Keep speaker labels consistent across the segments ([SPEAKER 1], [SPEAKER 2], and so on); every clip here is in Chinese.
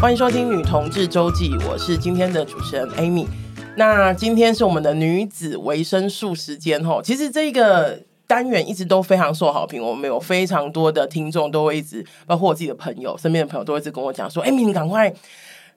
[SPEAKER 1] 欢迎收听《女同志周记》，我是今天的主持人 Amy。那今天是我们的女子维生素时间吼，其实这个。单元一直都非常受好评，我们有非常多的听众都会一直，包括我自己的朋友，身边的朋友都会一直跟我讲说：“哎、你们赶快，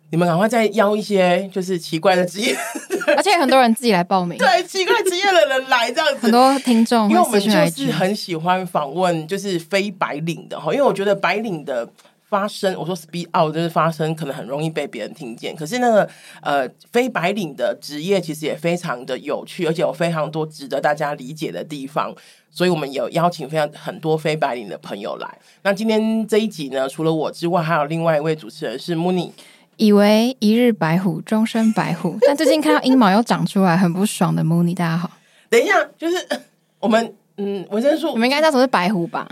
[SPEAKER 1] 你们赶快再邀一些就是奇怪的职业，
[SPEAKER 2] 而且很多人自己来报名，
[SPEAKER 1] 对奇怪职业的人来这样子。”
[SPEAKER 2] 很多听众
[SPEAKER 1] 因为我
[SPEAKER 2] 嗯
[SPEAKER 1] 们
[SPEAKER 2] 会私
[SPEAKER 1] 就
[SPEAKER 2] 讯来
[SPEAKER 1] 是很喜欢访问就是非白领的哈，因为我觉得白领的发声，我说 speak out 就是发声，可能很容易被别人听见。可是那个呃非白领的职业其实也非常的有趣，而且有非常多值得大家理解的地方。所以我们有邀请非常很多非白领的朋友来。那今天这一集呢，除了我之外，还有另外一位主持人是 Mooney。
[SPEAKER 2] 以为一日白虎，终身白虎，但最近看到阴毛又长出来，很不爽的 Mooney，大家好，
[SPEAKER 1] 等一下，就是呃我们嗯维生素
[SPEAKER 2] 你，们应该叫什么是白虎 吧？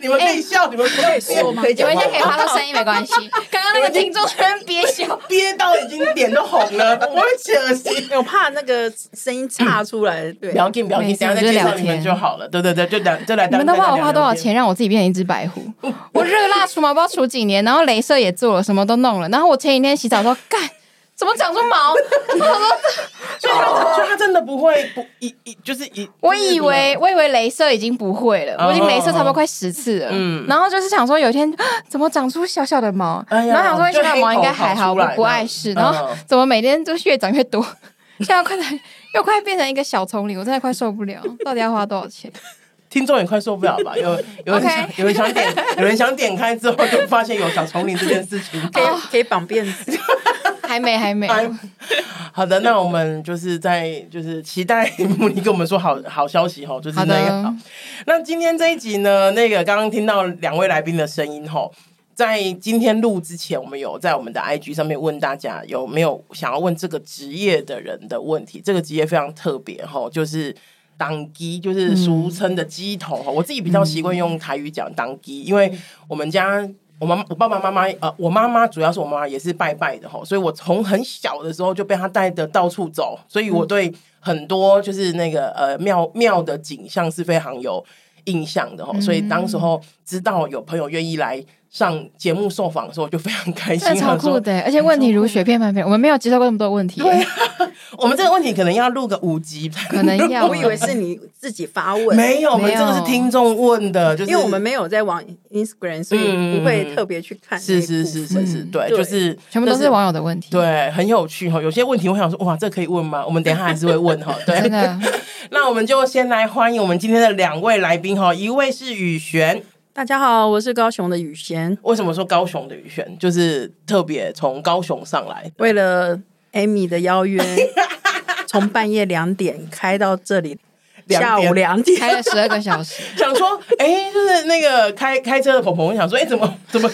[SPEAKER 1] 你们可以笑，你们不可以
[SPEAKER 3] 说吗
[SPEAKER 1] 可以
[SPEAKER 2] 你
[SPEAKER 1] 讲
[SPEAKER 2] 们
[SPEAKER 1] 话
[SPEAKER 2] 现在可以
[SPEAKER 1] 吗
[SPEAKER 2] 发到声音没关系。 刚刚那个听众居然憋 笑，
[SPEAKER 1] 憋到已经脸都红 了，我会起恶心。
[SPEAKER 3] 我怕那个声音岔出来。对
[SPEAKER 1] 不，要紧，不要紧，
[SPEAKER 2] 没事
[SPEAKER 1] 等一下再
[SPEAKER 2] 我
[SPEAKER 1] 介
[SPEAKER 2] 们就聊
[SPEAKER 1] 绍你们
[SPEAKER 2] 天
[SPEAKER 1] 就好了。对对对，就两就来
[SPEAKER 2] 你
[SPEAKER 1] 当。
[SPEAKER 2] 们都不知道我
[SPEAKER 1] 来
[SPEAKER 2] 花多少
[SPEAKER 1] 聊天？
[SPEAKER 2] 钱让我自己变成一只白 虎。我热辣除毛不知道除几年，然后镭射也做了，什么都弄了。然后我前几天洗澡说，干怎么长出毛？
[SPEAKER 1] 所以他所以他真的不会不一一就是一，
[SPEAKER 2] 我以为我以为镭射已经不会了，我已经镭射差不多快十次了。
[SPEAKER 1] 哦嗯
[SPEAKER 2] 然后就是想说有一天啊怎么长出小小的毛，
[SPEAKER 1] 哎呀
[SPEAKER 2] 然后想说小小的毛应该还
[SPEAKER 1] 就黑头跑
[SPEAKER 2] 好，
[SPEAKER 1] 出
[SPEAKER 2] 我
[SPEAKER 1] 来
[SPEAKER 2] 不爱试。
[SPEAKER 1] 这
[SPEAKER 2] 然
[SPEAKER 1] 样
[SPEAKER 2] 后
[SPEAKER 1] 嗯
[SPEAKER 2] 怎么每天都越长越多？ 现在快成又快变成一个小丛林，我真的快受 不了。到底要花多少钱？
[SPEAKER 1] 听众也快受不了吧？有有人
[SPEAKER 2] OK
[SPEAKER 1] 想有人想点有人想点开之后就发现有小丛林这件事 情。
[SPEAKER 2] 哎
[SPEAKER 3] 可以可以绑辫子，
[SPEAKER 2] 还没，还没。
[SPEAKER 1] 哎好的，那我们就是在就是期待 穆尼跟我们说好好消息吼，就是
[SPEAKER 2] 好
[SPEAKER 1] 那个
[SPEAKER 2] 的
[SPEAKER 1] 好。那今天这一集呢，那个刚刚听到两位来宾的声音吼，在今天录之前，我们有在我们的 IG 上面问大家有没有想要问这个职业的人的问题。这个职业非常特别吼，就是。当机就是俗称的鸡头
[SPEAKER 2] 嗯
[SPEAKER 1] 吼我自己比较习惯用台语讲当机，因为我们家我妈我爸爸妈妈呃，我妈妈主要是我妈妈也是拜拜的吼，所以我从很小的时候就被她带的到处走，所以我对很多就是那个呃庙庙的景象是非常有印象的
[SPEAKER 2] 嗯
[SPEAKER 1] 吼，所以当时候知道有朋友愿意来上节目受访的时候，我就非常开心
[SPEAKER 2] 真，的超
[SPEAKER 1] 想说
[SPEAKER 2] 酷的，而且问题如雪片般飞，我们没有接受过那么多问题，
[SPEAKER 1] 啊我们这个问题可能要录个五集，
[SPEAKER 2] 可能 要。欸
[SPEAKER 3] 我以为是你自己发问，
[SPEAKER 1] 没有，我们
[SPEAKER 2] 没有
[SPEAKER 1] 这个是听众问的，就是
[SPEAKER 3] 因为我们没有在往 Instagram，所
[SPEAKER 1] 嗯嗯嗯
[SPEAKER 3] 以不会特别去看那
[SPEAKER 1] 是
[SPEAKER 3] 一部分。
[SPEAKER 1] 是是是是，对，
[SPEAKER 3] 嗯对
[SPEAKER 1] 就是
[SPEAKER 2] 全部都是网友的问题，
[SPEAKER 1] 对，很有趣哈。有些问题我想说，哇，这可以问吗？我们等一下还是会问哈。对，
[SPEAKER 2] 真的。
[SPEAKER 1] 那我们就先来欢迎我们今天的两位来宾哈，一位是雨璇。
[SPEAKER 3] 大家好，我是高雄的雨贤，
[SPEAKER 1] 为什么说高雄的雨璇就是特别从高雄上来？
[SPEAKER 3] 为了 Amy 的邀约，从半夜两点开到这里，
[SPEAKER 1] 两点
[SPEAKER 3] 下午两
[SPEAKER 2] 开
[SPEAKER 3] 点。
[SPEAKER 2] 了十二个 小时，
[SPEAKER 1] 想说，哎、就是那个开开车的鹏鹏，我想说，哎、怎么怎么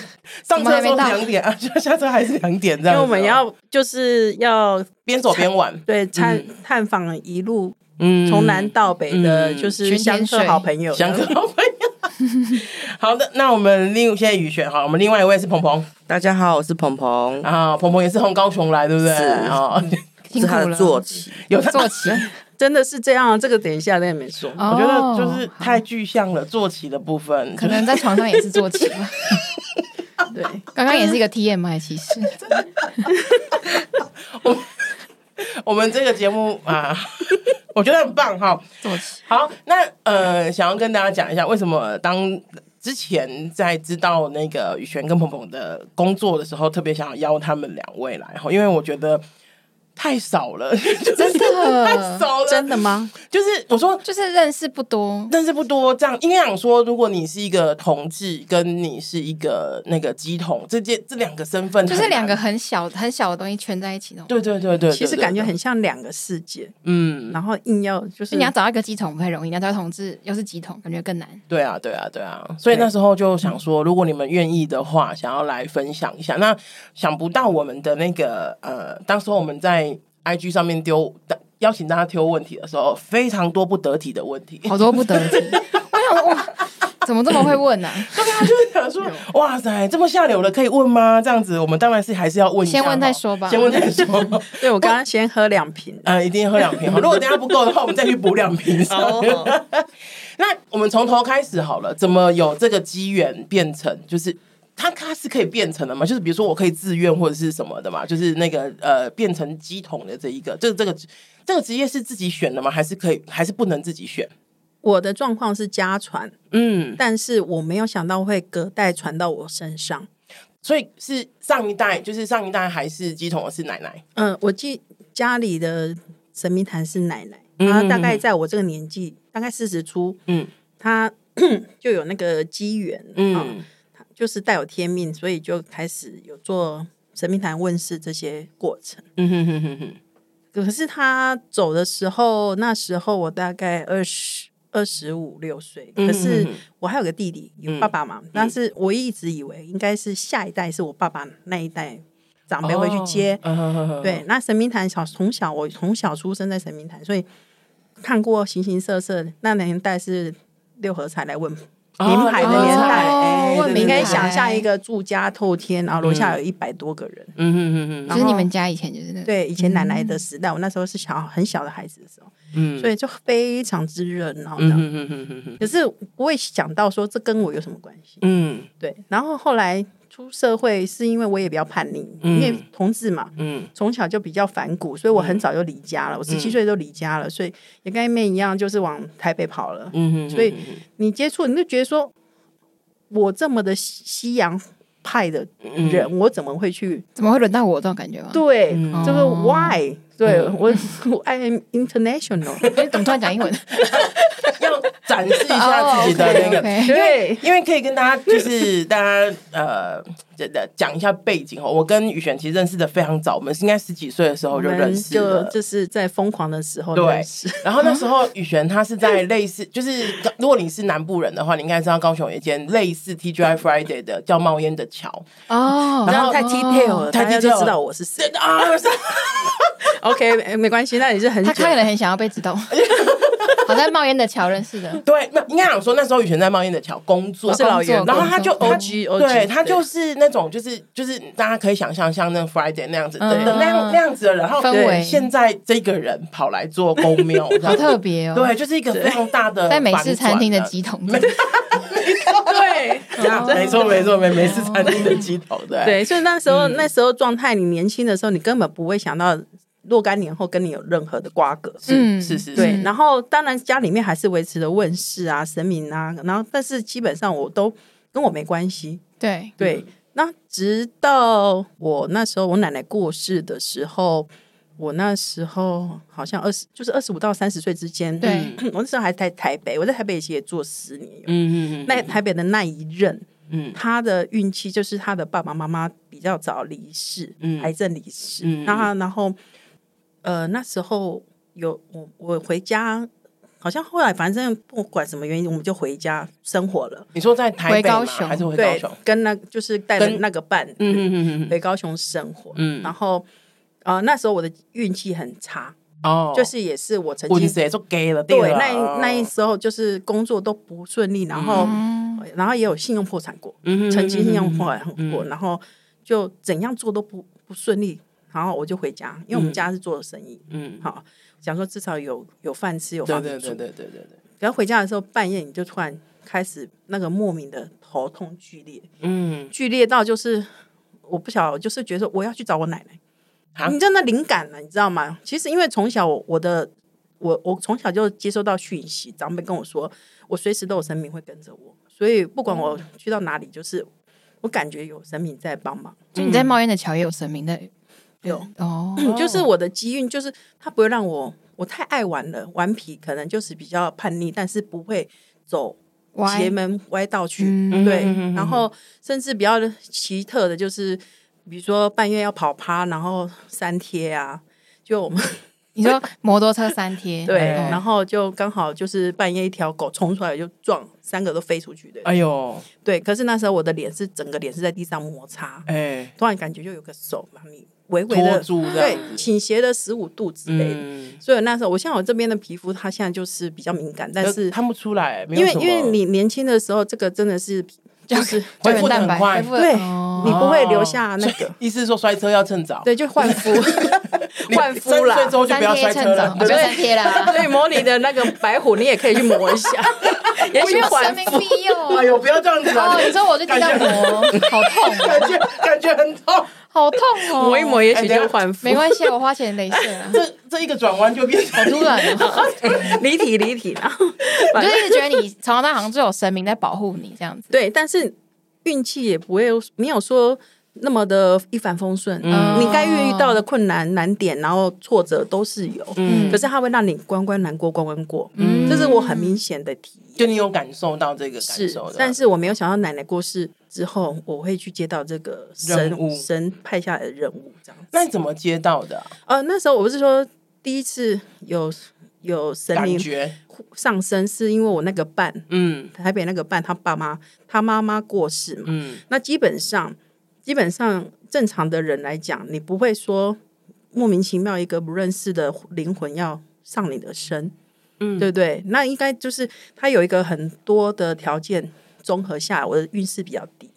[SPEAKER 1] 上车的时候
[SPEAKER 2] 怎么还没到
[SPEAKER 1] 两点啊，下下车还是两点这
[SPEAKER 3] 因
[SPEAKER 1] 样子哦？
[SPEAKER 3] 为我们要就是要
[SPEAKER 1] 边走边玩，
[SPEAKER 3] 对探、探访一路
[SPEAKER 1] 嗯
[SPEAKER 3] 从南到北的，
[SPEAKER 1] 嗯
[SPEAKER 3] 就是
[SPEAKER 2] 巡天
[SPEAKER 3] 相克
[SPEAKER 2] 水
[SPEAKER 3] 好朋友，
[SPEAKER 1] 想跟好朋友。 好的，那我们另现在雨璇哈，我们另外一位是鹏鹏
[SPEAKER 4] 大家好，我是鹏鹏，
[SPEAKER 1] 啊，鹏鹏也是从高雄来，对不对？
[SPEAKER 4] 是
[SPEAKER 1] 啊，
[SPEAKER 4] 我
[SPEAKER 2] 辛
[SPEAKER 4] 是
[SPEAKER 2] 苦
[SPEAKER 4] 他的
[SPEAKER 2] 了。
[SPEAKER 4] 坐骑。
[SPEAKER 1] 有他
[SPEAKER 2] 坐骑，
[SPEAKER 3] 真的是这样啊。这个等一下再跟你们说。
[SPEAKER 1] 我
[SPEAKER 2] 我
[SPEAKER 1] 觉
[SPEAKER 3] 哦
[SPEAKER 1] 得就是太具象了，坐骑的部分
[SPEAKER 2] 可能在床上也是坐骑吧。
[SPEAKER 3] 对，
[SPEAKER 2] 刚刚也是一个 TMI，其 实
[SPEAKER 1] 我们这个节目啊， 我觉得很棒哈。
[SPEAKER 2] 坐骑
[SPEAKER 1] 好，那呃，想要跟大家讲一下，为什么当之前在知道那个宇璇跟鹏鹏的工作的时候，特别想要邀他们两位来哈，因为我觉得太少了， 就是
[SPEAKER 2] 真
[SPEAKER 1] 太少
[SPEAKER 2] 的
[SPEAKER 1] 了，
[SPEAKER 3] 嗯 真的吗？
[SPEAKER 1] 就是我说
[SPEAKER 2] 就是认识不 多，
[SPEAKER 1] 但是不多，这样应该讲说，如果你是一个同志，跟你是一个那个鸡桶，这件这两个身份
[SPEAKER 2] 就是
[SPEAKER 1] 很难
[SPEAKER 2] 两个很小很小的东西圈在一起那种。
[SPEAKER 1] 对对对对，
[SPEAKER 3] 其实
[SPEAKER 1] 对对
[SPEAKER 3] 感觉
[SPEAKER 1] 对
[SPEAKER 3] 很像两个世界，
[SPEAKER 1] 嗯，
[SPEAKER 3] 然后硬要就是
[SPEAKER 2] 就你要找到一个鸡桶不太容易，你要找到同志又是鸡桶，感觉更难。
[SPEAKER 1] 对啊对啊对啊，所以那时候就想说，如果你们愿意的话，想要来分享一下。那想不到我们的那个呃，当时候我们在 IG 上面丢邀请大家丢问题的时候，非常多不得体的问题，
[SPEAKER 2] 好多不得体。我想说哇，怎么这么会问呢、啊？
[SPEAKER 1] 对啊，就是想说， 哇塞，这么下流的可以问吗？这样子，我们当然是还是要问一下，
[SPEAKER 2] 先问再说吧
[SPEAKER 1] 先问再说。
[SPEAKER 3] 对我刚刚先喝两瓶，
[SPEAKER 1] 呃，一定要喝两瓶哈。如果等一下不够的话，我们再去补两瓶。 那我们从头开始好了，怎么有这个机缘变成就是它它是可以变成的嘛？就是比如说我可以自愿或者是什么的嘛？就是那个呃，变成鸡桶的这一个，这这个职这个职业是自己选的吗？还是可以还是不能自己选？
[SPEAKER 3] 我的状况是家传，
[SPEAKER 1] 嗯，
[SPEAKER 3] 但是我没有想到会隔代传到我身上。
[SPEAKER 1] 所以是上一代，就是上一代还是鸡桶的是奶奶，
[SPEAKER 3] 嗯，我记家里的神明坛是奶奶，
[SPEAKER 1] 嗯
[SPEAKER 3] 然后大概在我这个年纪，大概四十出，
[SPEAKER 1] 嗯
[SPEAKER 3] 她 就有那个机缘，嗯、
[SPEAKER 1] 嗯
[SPEAKER 3] 就是带有天命，所以就开始有做神明坛问世这些过程。
[SPEAKER 1] 嗯哼哼哼哼，
[SPEAKER 3] 可是他走的时候，那时候我大概二十二十五六岁，
[SPEAKER 1] 嗯
[SPEAKER 3] 可是
[SPEAKER 1] 嗯嗯
[SPEAKER 3] 我还有个弟弟，有
[SPEAKER 1] 嗯
[SPEAKER 3] 爸爸嘛，但是我一直以为应该是下一代是我爸爸那一代长辈会去接。
[SPEAKER 1] 嗯哼哼哼
[SPEAKER 3] 对，，那神明坛小从小我从小出生在神明坛，所以看过形形色色。那年代是六合彩来问，名牌的年代
[SPEAKER 1] 哎
[SPEAKER 2] 哦问
[SPEAKER 1] 对对
[SPEAKER 3] 你
[SPEAKER 2] 名
[SPEAKER 3] 应
[SPEAKER 1] 对
[SPEAKER 3] 该
[SPEAKER 2] 牌
[SPEAKER 3] 想象一个住家透天，然后楼下有一百多个人。
[SPEAKER 1] 嗯哼哼哼，
[SPEAKER 2] 就是你们家以前就是那种
[SPEAKER 3] 对，以前奶奶的时代，我那时候是小很小的孩子的时候，
[SPEAKER 1] 嗯
[SPEAKER 3] 所以就非常之热闹
[SPEAKER 1] 嗯
[SPEAKER 3] 的。
[SPEAKER 1] 哼哼哼哼哼，
[SPEAKER 3] 可是不会想到说这跟我有什么关系？
[SPEAKER 1] 嗯
[SPEAKER 3] 对，然后后来出社会是因为我也比较叛逆，
[SPEAKER 1] 嗯
[SPEAKER 3] 因为同志嘛，
[SPEAKER 1] 嗯
[SPEAKER 3] 从小就比较反骨，所以我很早就离家了。我十七岁就离家了，所以也跟妹一样，就是往台北跑了。
[SPEAKER 1] 嗯哼，
[SPEAKER 3] 所以
[SPEAKER 1] 嗯哼
[SPEAKER 3] 你接触，你就觉得说，我这么的西西洋派的
[SPEAKER 1] 嗯
[SPEAKER 3] 人，我怎么会去？
[SPEAKER 2] 怎么会轮到我这种感觉吗？
[SPEAKER 3] 对，
[SPEAKER 1] 嗯
[SPEAKER 3] 这个
[SPEAKER 2] 哦
[SPEAKER 3] why？对我，I am international。
[SPEAKER 2] 哎，怎么突然讲 英文？
[SPEAKER 1] 要展示一下自己的那
[SPEAKER 2] 哦
[SPEAKER 1] 个
[SPEAKER 2] ，OK，OK
[SPEAKER 1] 因为
[SPEAKER 3] 对
[SPEAKER 1] 因为可以跟大家就是大家呃这的讲一下背景哦。我跟雨璇其实认识的非常早，我们是应该十几岁的时候
[SPEAKER 3] 我
[SPEAKER 1] 就
[SPEAKER 3] 们
[SPEAKER 1] 认识
[SPEAKER 3] 就
[SPEAKER 1] 了。
[SPEAKER 3] 就是在疯狂的时候
[SPEAKER 1] 对
[SPEAKER 3] 认识，
[SPEAKER 1] 然后那时候雨璇她是在类似，就是如果你是南部人的话，你应该知道高雄有一间类似 TGI Friday 的叫冒烟的桥
[SPEAKER 2] 哦，
[SPEAKER 3] 然后太
[SPEAKER 2] 哦
[SPEAKER 3] detail 了，
[SPEAKER 1] 太
[SPEAKER 3] 大家
[SPEAKER 1] detail
[SPEAKER 3] 就知
[SPEAKER 1] 了
[SPEAKER 3] 道我是谁。
[SPEAKER 1] 啊，是
[SPEAKER 3] OK，没没关系，那也是很
[SPEAKER 2] 他
[SPEAKER 3] 久。
[SPEAKER 2] 他可能很想要被知道。好在冒烟的桥认识的，
[SPEAKER 1] 对，那应该讲说那时候雨璇在冒烟的桥工作，
[SPEAKER 3] 哦我是老员
[SPEAKER 2] 工
[SPEAKER 1] 然
[SPEAKER 2] 作
[SPEAKER 1] 后他就
[SPEAKER 2] 工
[SPEAKER 1] 他
[SPEAKER 3] OG
[SPEAKER 1] 对
[SPEAKER 3] OG
[SPEAKER 1] 他就是那种就是就是大家可以想象像那 Friday 那样子的
[SPEAKER 2] 嗯
[SPEAKER 1] 的那样那样子的人，然后
[SPEAKER 2] 氛
[SPEAKER 1] 对
[SPEAKER 2] 围
[SPEAKER 1] 现在这个人跑来做公 庙，这样
[SPEAKER 2] 好特别哦。
[SPEAKER 1] 对，就是一个非常大的
[SPEAKER 2] 在美式餐厅的
[SPEAKER 1] 反转啊
[SPEAKER 2] 鸡桶，
[SPEAKER 3] 对
[SPEAKER 1] 没错没错没美式餐厅的鸡头对。嗯
[SPEAKER 3] 对，所以那时候、那时候状态，你年轻的时候，你根本不会想到若干年后跟你有任何的瓜葛。
[SPEAKER 2] 嗯
[SPEAKER 1] 是是
[SPEAKER 3] 对，
[SPEAKER 1] 是，
[SPEAKER 3] 然后当然家里面还是维持着问世啊、神明啊，然后但是基本上我都跟我没关系。
[SPEAKER 2] 对，
[SPEAKER 1] 嗯
[SPEAKER 3] 对，那直到我那时候我奶奶过世的时候，我那时候好像二十，就是二十五到三十岁之间。
[SPEAKER 2] 对，
[SPEAKER 3] 我那时候还在台北，我在台北其实也做十年。哦
[SPEAKER 1] 嗯嗯嗯
[SPEAKER 3] 那台北的那一任，
[SPEAKER 1] 嗯
[SPEAKER 3] 他的运气就是他的爸爸妈妈比较早离世，
[SPEAKER 1] 嗯
[SPEAKER 3] 癌症离世。
[SPEAKER 1] 嗯
[SPEAKER 3] 那他然后呃那时候有我我回家，好像后来反正不管什么原因，我们就回家生活了。
[SPEAKER 1] 你说在台
[SPEAKER 2] 回
[SPEAKER 1] 北吗
[SPEAKER 2] 高雄
[SPEAKER 1] 还是回高
[SPEAKER 3] 对
[SPEAKER 1] 雄？，
[SPEAKER 3] 跟那就是带着
[SPEAKER 1] 跟
[SPEAKER 3] 那个伴
[SPEAKER 1] 嗯嗯嗯嗯嗯，
[SPEAKER 3] 回高雄生活。
[SPEAKER 1] 嗯
[SPEAKER 3] 然后呃那时候我的运气很差，
[SPEAKER 1] 哦，
[SPEAKER 3] 就是也是我曾
[SPEAKER 1] 文
[SPEAKER 3] 经。
[SPEAKER 1] 谁做 gay 了，
[SPEAKER 3] 对，
[SPEAKER 1] 了
[SPEAKER 3] 那
[SPEAKER 1] 哦
[SPEAKER 3] 一那一时候就是工作都不顺利，然
[SPEAKER 2] 哦
[SPEAKER 3] 后、然后也有信用破产过，
[SPEAKER 1] 嗯嗯嗯嗯
[SPEAKER 3] 曾经信
[SPEAKER 1] 嗯
[SPEAKER 3] 用
[SPEAKER 1] 嗯
[SPEAKER 3] 破产过，然后就怎样做都不不顺利，然后我就回家，因为我们家是做生意，
[SPEAKER 1] 嗯，
[SPEAKER 3] 好想说至少有有饭吃，有
[SPEAKER 1] 对
[SPEAKER 3] 房子
[SPEAKER 1] 对
[SPEAKER 3] 住
[SPEAKER 1] 对。对对对对，
[SPEAKER 3] 然后回家的时候，半夜你就突然开始那个莫名的头痛剧烈，
[SPEAKER 1] 嗯，
[SPEAKER 3] 剧烈到就是我不晓得，我就是觉得说我要去找我奶
[SPEAKER 1] 啊
[SPEAKER 3] 奶，你真的灵感了，你知道吗？其实因为从小我我的我我从小就接收到讯息，长辈跟我说，我随时都有神明会跟着我，所以不管我去到哪里，就是我感觉有神明在帮忙，
[SPEAKER 2] 就你在冒烟的桥也有神明的
[SPEAKER 3] 有，
[SPEAKER 2] 哦，
[SPEAKER 3] 就是我的机运，就是他不会让我我太爱玩了，顽皮可能就是比较叛逆，但是不会走
[SPEAKER 2] 歪
[SPEAKER 3] 邪门歪道去。
[SPEAKER 2] 嗯
[SPEAKER 3] 对
[SPEAKER 1] 嗯嗯嗯嗯，
[SPEAKER 3] 然后甚至比较奇特的就是，比如说半夜要跑趴，然后三贴啊，就我们
[SPEAKER 2] 你说摩托车三贴，
[SPEAKER 3] 对，
[SPEAKER 1] 哦
[SPEAKER 3] 然后就刚好就是半夜一条狗冲出来就撞，三个都飞出去的，
[SPEAKER 1] 哎呦，
[SPEAKER 3] 对。可是那时候我的脸是整个脸是在地上摩擦，
[SPEAKER 1] 哎，
[SPEAKER 3] 突然感觉就有个手把你微微
[SPEAKER 1] 拖
[SPEAKER 3] 的
[SPEAKER 1] 住这
[SPEAKER 3] 对
[SPEAKER 1] 样子，
[SPEAKER 3] 倾斜了十五度之类的。
[SPEAKER 1] 嗯，
[SPEAKER 3] 所以那时候，我像我这边的皮肤，它现在就是比较敏感，但是
[SPEAKER 1] 看不出来，没有
[SPEAKER 3] 因为
[SPEAKER 1] 什么
[SPEAKER 3] 因为你年轻的时候，这个真的是就是
[SPEAKER 1] 恢
[SPEAKER 2] 胶原
[SPEAKER 1] 复的
[SPEAKER 2] 蛋
[SPEAKER 1] 很
[SPEAKER 2] 白
[SPEAKER 1] 快
[SPEAKER 2] 恢，复得
[SPEAKER 3] 对
[SPEAKER 2] 哦
[SPEAKER 3] 你不会留下那个
[SPEAKER 1] 所以意思是说摔车要趁早，
[SPEAKER 3] 对，就换肤。
[SPEAKER 1] 你
[SPEAKER 3] 换肤
[SPEAKER 1] 三
[SPEAKER 3] 啦
[SPEAKER 1] 岁之后就
[SPEAKER 2] 三
[SPEAKER 1] 不要摔
[SPEAKER 2] 贴趁
[SPEAKER 1] 车
[SPEAKER 2] 早，
[SPEAKER 1] 了
[SPEAKER 2] 啊， 不要三贴啦，
[SPEAKER 3] 所以模拟的那个白虎，你也可以去 磨一下，也
[SPEAKER 2] 我没
[SPEAKER 3] 许
[SPEAKER 2] 有
[SPEAKER 3] 换
[SPEAKER 2] 生命
[SPEAKER 3] 肤。
[SPEAKER 2] 庇 佑。
[SPEAKER 1] 哎呦，不要这样子啊！
[SPEAKER 2] 哦，你说我就听到磨，好痛哦，
[SPEAKER 1] 感觉感觉很痛，
[SPEAKER 2] 好痛哦，
[SPEAKER 3] 磨一磨，也许就换肤。
[SPEAKER 2] 没关系，我花钱镭射 啊，
[SPEAKER 1] 这这一个转弯就变
[SPEAKER 2] 好
[SPEAKER 1] 成
[SPEAKER 2] 突然哦，
[SPEAKER 3] 离体离 体啦。
[SPEAKER 2] 我就一直觉得你从小到大好像就有神明在保护你这样子。
[SPEAKER 3] 对，但是运气也不会没有说那么的一帆风顺。
[SPEAKER 2] 嗯
[SPEAKER 3] 你该遇到的困难、难点，然后挫折都是有，
[SPEAKER 1] 嗯
[SPEAKER 3] 可是它会让你关关难过，关关过。
[SPEAKER 2] 嗯
[SPEAKER 3] 这是我很明显的体验。
[SPEAKER 1] 就你有感受到这个感
[SPEAKER 3] 是
[SPEAKER 1] 受的，，嗯
[SPEAKER 3] 但是我没有想到奶奶过世之后，我会去接到这个
[SPEAKER 1] 任务
[SPEAKER 3] 神神派下来的任务，这样子。
[SPEAKER 1] 那你怎么接到的啊、
[SPEAKER 3] 呃，那时候我不是说第一次有有神
[SPEAKER 1] 感
[SPEAKER 3] 明
[SPEAKER 1] 觉？
[SPEAKER 3] 上身，是因为我那个伴
[SPEAKER 1] 嗯
[SPEAKER 3] 台北那个伴他爸妈他妈妈过世嘛，
[SPEAKER 1] 嗯
[SPEAKER 3] 那基本上，基本上正常的人来讲，你不会说莫名其妙一个不认识的灵魂要上你的身，
[SPEAKER 1] 嗯
[SPEAKER 3] 对不对？那应该就是他有一个很多的条件综合下来，我的运势比较低。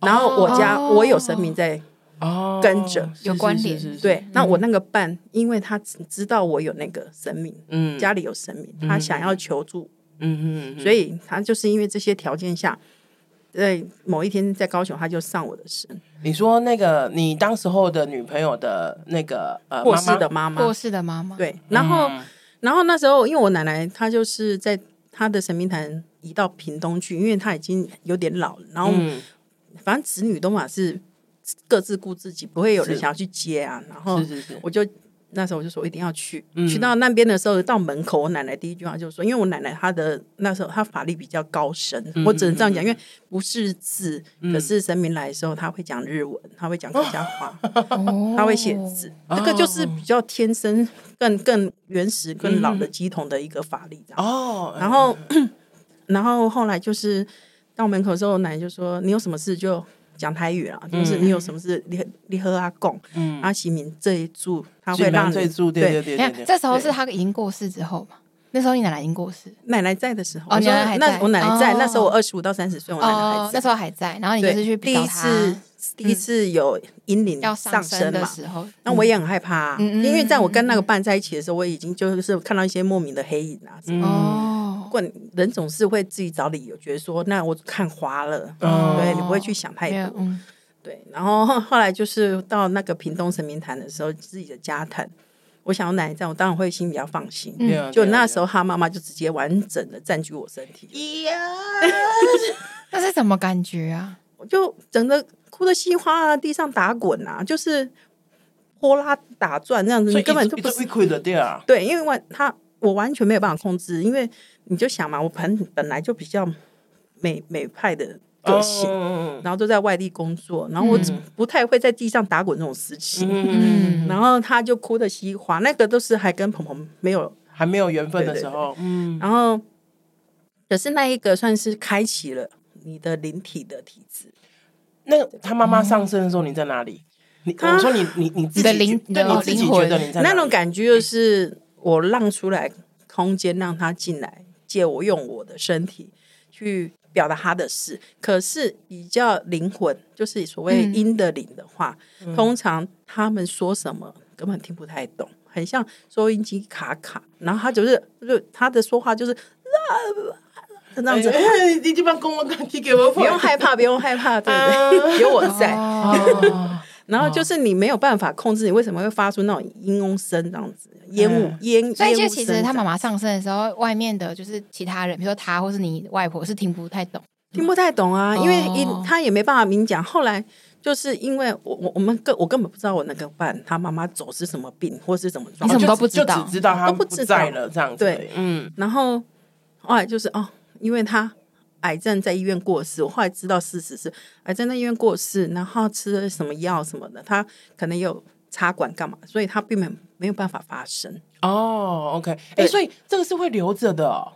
[SPEAKER 3] 然后我家、
[SPEAKER 2] 哦
[SPEAKER 3] 我有神明在，
[SPEAKER 1] 哦
[SPEAKER 3] 跟着
[SPEAKER 2] 有关联
[SPEAKER 1] 是是是是
[SPEAKER 3] 对，那我那个伴，因为他只知道我有那个神明，
[SPEAKER 1] 嗯
[SPEAKER 3] 家里有神明，他想要求助，
[SPEAKER 1] 嗯嗯嗯，
[SPEAKER 3] 所以他就是因为这些条件下，在某一天在高雄他就上我的身，
[SPEAKER 1] 你说那个你当时候的女朋友的那个呃
[SPEAKER 3] 过世
[SPEAKER 1] 妈
[SPEAKER 3] 的
[SPEAKER 1] 嗯
[SPEAKER 3] 妈妈
[SPEAKER 2] 过世的妈妈，
[SPEAKER 3] 对，然后、然后那时候因为我奶奶她就是在她的神明坛移到屏东去，因为她已经有点老了，然
[SPEAKER 1] 妈
[SPEAKER 3] 后
[SPEAKER 1] 嗯
[SPEAKER 3] 反正子女都嘛是各自顾自己，不会有人
[SPEAKER 1] 是
[SPEAKER 3] 想要去接啊。然后
[SPEAKER 1] 是是是
[SPEAKER 3] 我就那时候我就说我一定要去，
[SPEAKER 1] 嗯
[SPEAKER 3] 去到那边的时候到门口，我奶奶第一句话就说，因为我奶奶她的那时候她法力比较高深，
[SPEAKER 2] 嗯
[SPEAKER 3] 我只能这样讲，因为不识字，可是神明来的时候她会讲日文，她会讲客家话。
[SPEAKER 2] 哦
[SPEAKER 3] 他会写字，这个就是比较天生、更更原始、更老的
[SPEAKER 2] 嗯
[SPEAKER 3] 鸡童的一个法力这样。
[SPEAKER 1] 哦，
[SPEAKER 3] 然后，然后后来就是到门口之后，我奶奶就说：“你有什么事就讲台语啦，就是你有什么事，你你啊和阿贡、
[SPEAKER 1] 嗯，
[SPEAKER 3] 阿喜明这一注，他
[SPEAKER 1] 济
[SPEAKER 3] 会
[SPEAKER 1] 南
[SPEAKER 3] 让
[SPEAKER 1] 最
[SPEAKER 3] 你
[SPEAKER 1] 住对对对
[SPEAKER 2] 没有
[SPEAKER 1] 对对，
[SPEAKER 2] 这时候是他已经过世之后嘛？那时候你奶奶已经过世，
[SPEAKER 3] 奶奶在的时候，
[SPEAKER 2] 哦
[SPEAKER 3] 我
[SPEAKER 2] 你
[SPEAKER 3] 说
[SPEAKER 2] 奶奶还在
[SPEAKER 3] 那我奶奶在
[SPEAKER 2] 哦
[SPEAKER 3] 那时候我二十五到三十岁，我奶奶
[SPEAKER 2] 哦
[SPEAKER 3] 还，在
[SPEAKER 2] 那。时候还在，然后你就
[SPEAKER 3] 对
[SPEAKER 2] 是去
[SPEAKER 3] 第
[SPEAKER 2] 找
[SPEAKER 3] 一
[SPEAKER 2] 他嗯
[SPEAKER 3] 次第一次有引领
[SPEAKER 2] 要上
[SPEAKER 3] 身
[SPEAKER 2] 身的
[SPEAKER 3] 嘛，
[SPEAKER 2] 时候，
[SPEAKER 3] 那我也很害怕、啊，
[SPEAKER 2] 嗯嗯
[SPEAKER 3] 因为在我跟那个伴在一起的时候，我已经就是看到一些莫名的黑影啊。
[SPEAKER 2] 嗯哦
[SPEAKER 3] 不，过人总是会自己找理由，觉得说那我看花了，
[SPEAKER 1] 哦
[SPEAKER 3] 对你不会去想太
[SPEAKER 2] 没有
[SPEAKER 3] 多。
[SPEAKER 2] 嗯
[SPEAKER 3] 对，然后后来就是到那个屏东神明坛的时候，自己的家坛，我想要奶奶在，我当然会心比较放心。
[SPEAKER 2] 嗯
[SPEAKER 1] 对啊
[SPEAKER 3] 嗯就那时，候，
[SPEAKER 1] 对啊
[SPEAKER 3] 他妈妈就直接完整的占据我身体，
[SPEAKER 2] 嗯那是什么感觉啊？
[SPEAKER 3] 我就整个哭的稀里哗啦，地上打滚啊，就是拖拉打转这样子，
[SPEAKER 1] 所
[SPEAKER 3] 你
[SPEAKER 1] 以
[SPEAKER 3] 根本就不
[SPEAKER 1] 是
[SPEAKER 3] 是
[SPEAKER 1] 一溃的对啊，
[SPEAKER 3] 对，因为完他我完全没有办法控制，因为你就想嘛，我本本来就比较美美派的个性，
[SPEAKER 1] 嗯
[SPEAKER 3] 然后都在外地工作，然后我只
[SPEAKER 1] 嗯
[SPEAKER 3] 不太会在地上打滚这种事情。
[SPEAKER 1] 嗯嗯，
[SPEAKER 3] 然后他就哭的稀里哗，那个都是还跟鹏鹏没有，
[SPEAKER 1] 还没有缘分的时候，嗯
[SPEAKER 3] 然后可是那一个算是开启了你的灵体的体质，
[SPEAKER 1] 那他妈妈上身的时候你在哪里？你
[SPEAKER 3] 他
[SPEAKER 1] 我说你你你自己
[SPEAKER 2] 你的灵
[SPEAKER 1] 对
[SPEAKER 2] 你的
[SPEAKER 1] 你自己
[SPEAKER 2] 灵魂
[SPEAKER 1] 觉得你在哪
[SPEAKER 3] 那
[SPEAKER 1] 里
[SPEAKER 3] 种感觉就是我让出来空间让他进来，借我用我的身体去表达他的事。可是比较灵魂，就是所谓
[SPEAKER 2] 嗯
[SPEAKER 3] 阴的灵的话，
[SPEAKER 1] 嗯
[SPEAKER 3] 通常他们说什么根本听不太懂，很像收音机卡卡，然后他就是就他的说话就是。呃这样子，
[SPEAKER 1] 哎你这帮公文递给我，
[SPEAKER 3] 不用害怕，不用害怕，对 不对？有我在。
[SPEAKER 1] 哦
[SPEAKER 3] 然
[SPEAKER 2] 嗯
[SPEAKER 3] 后就是你没有办法控制你为什么会发出那种嘤嗡声，这样子烟雾烟。
[SPEAKER 2] 嗯所以
[SPEAKER 3] 烟
[SPEAKER 2] 就
[SPEAKER 3] 雾
[SPEAKER 2] 其
[SPEAKER 3] 声
[SPEAKER 2] 实他
[SPEAKER 3] 这
[SPEAKER 2] 妈
[SPEAKER 3] 样
[SPEAKER 2] 妈上身的时候，外面的就是其他人，比如说他或是你外婆是听不太懂，
[SPEAKER 3] 听不太懂啊，
[SPEAKER 2] 哦
[SPEAKER 3] 因为一他也没办法明讲。后来就是因为我我我们根我根本不知道我那个伴他妈妈走是什么病或是什么状
[SPEAKER 2] 你
[SPEAKER 1] 哦
[SPEAKER 2] 怎么，
[SPEAKER 3] 况
[SPEAKER 1] 就
[SPEAKER 2] 都不知道
[SPEAKER 1] 就只知道他
[SPEAKER 3] 都不知道
[SPEAKER 1] 在了这样子。
[SPEAKER 3] 对，
[SPEAKER 1] 嗯，
[SPEAKER 3] 然后后来就是哦，因为他癌症在医院过世，我后来知道事实是癌症在医院过世，然后吃了什么药什么的，他可能有插管干嘛，所以他并没有没有办法发生。
[SPEAKER 1] 哦，OK，哎，
[SPEAKER 3] 对
[SPEAKER 1] 所以这个是会留着的哦，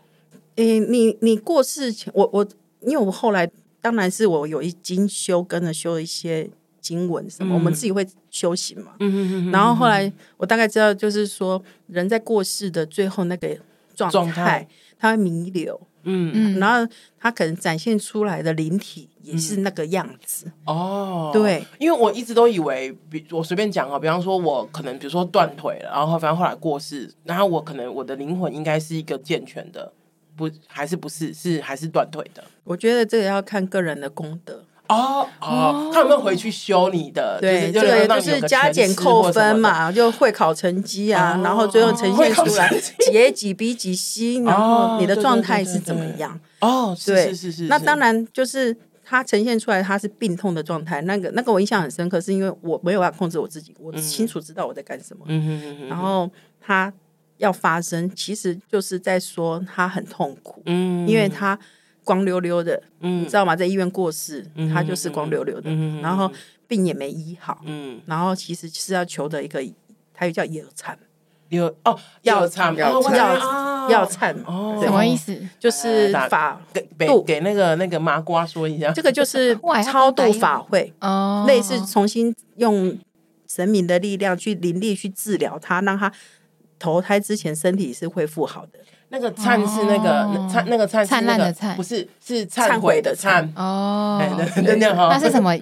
[SPEAKER 3] 诶，你你过世前，我我因为我后来当然是我有一经修跟着修一些经文什么，我们自己会修行嘛。
[SPEAKER 1] 嗯嗯嗯嗯，
[SPEAKER 3] 然后后来我大概知道，就是说人在过世的最后那个状
[SPEAKER 1] 状
[SPEAKER 3] 态
[SPEAKER 1] 态，
[SPEAKER 3] 他会弥留，
[SPEAKER 1] 嗯，
[SPEAKER 2] 嗯，
[SPEAKER 3] 然后他可能展现出来的灵体也是
[SPEAKER 1] 嗯
[SPEAKER 3] 那个样子。
[SPEAKER 1] 哦，
[SPEAKER 3] 对，
[SPEAKER 1] 因为我一直都以为，比我随便讲啊，比方说我可能比如说断腿了，然后反正后来过世，然后我可能我的灵魂应该是一个健全的，不还是不是是还是断腿的。
[SPEAKER 3] 我觉得这个要看个人的功德，
[SPEAKER 1] 哦哦，他有没有回去修你的？
[SPEAKER 3] 对，
[SPEAKER 1] 就
[SPEAKER 3] 这
[SPEAKER 1] 是
[SPEAKER 3] 个
[SPEAKER 1] 让
[SPEAKER 3] 就
[SPEAKER 1] 你有
[SPEAKER 3] 是
[SPEAKER 1] 个
[SPEAKER 3] 加
[SPEAKER 1] 诠
[SPEAKER 3] 减
[SPEAKER 1] 释
[SPEAKER 3] 扣
[SPEAKER 1] 或什么
[SPEAKER 3] 分
[SPEAKER 1] 的。
[SPEAKER 3] 嘛，就会考成绩啊，
[SPEAKER 1] 哦
[SPEAKER 3] 然后最后呈现出来
[SPEAKER 1] 会考成绩
[SPEAKER 3] 几 A 几 B 几 C，然后你的状态是怎么样？
[SPEAKER 1] 哦，是
[SPEAKER 3] 对
[SPEAKER 1] 是是是。
[SPEAKER 3] 那
[SPEAKER 1] 是
[SPEAKER 3] 当，然就是他呈现出来他是病痛的状态，那个那个我印象很深刻，是因为我没有办法控制我自己，我清楚知道我在干什么，
[SPEAKER 1] 嗯哼哼哼
[SPEAKER 3] 然后他要发生，其实就是在说他很痛苦，
[SPEAKER 1] 嗯
[SPEAKER 3] 因为他光溜溜的，
[SPEAKER 1] 嗯
[SPEAKER 3] 你知道吗？在医院过世，他就是光溜溜的，
[SPEAKER 1] 嗯
[SPEAKER 3] 然后病也没医好，
[SPEAKER 1] 嗯
[SPEAKER 3] 然后其实是要求的一个，台语叫野产，
[SPEAKER 1] 有哦药厂
[SPEAKER 4] 药
[SPEAKER 1] 哦我知道
[SPEAKER 3] 药
[SPEAKER 1] 啊
[SPEAKER 3] 药产，
[SPEAKER 1] 哦
[SPEAKER 3] 对
[SPEAKER 2] 什么意思？
[SPEAKER 3] 就是
[SPEAKER 1] 呃打
[SPEAKER 3] 法
[SPEAKER 1] 给给
[SPEAKER 3] 度
[SPEAKER 1] 给那个那个麻瓜说一下
[SPEAKER 3] 这。个就是
[SPEAKER 2] 哇还要
[SPEAKER 3] 超
[SPEAKER 2] 打
[SPEAKER 3] 度
[SPEAKER 2] 药
[SPEAKER 3] 法会，
[SPEAKER 2] 哦，
[SPEAKER 3] 类似重新用神明的力量去灵力去治疗他，让他投胎之前身体是恢复好的。
[SPEAKER 1] 那个灿是那个
[SPEAKER 2] 哦
[SPEAKER 1] 灿，那个灿是
[SPEAKER 2] 灿烂的
[SPEAKER 1] 那个
[SPEAKER 2] 灿
[SPEAKER 1] 不是是
[SPEAKER 3] 忏
[SPEAKER 1] 忏
[SPEAKER 3] 悔
[SPEAKER 1] 悔
[SPEAKER 3] 的
[SPEAKER 1] 的忏。
[SPEAKER 2] 哦
[SPEAKER 1] 哎，，对对对哈。
[SPEAKER 2] 那是什么？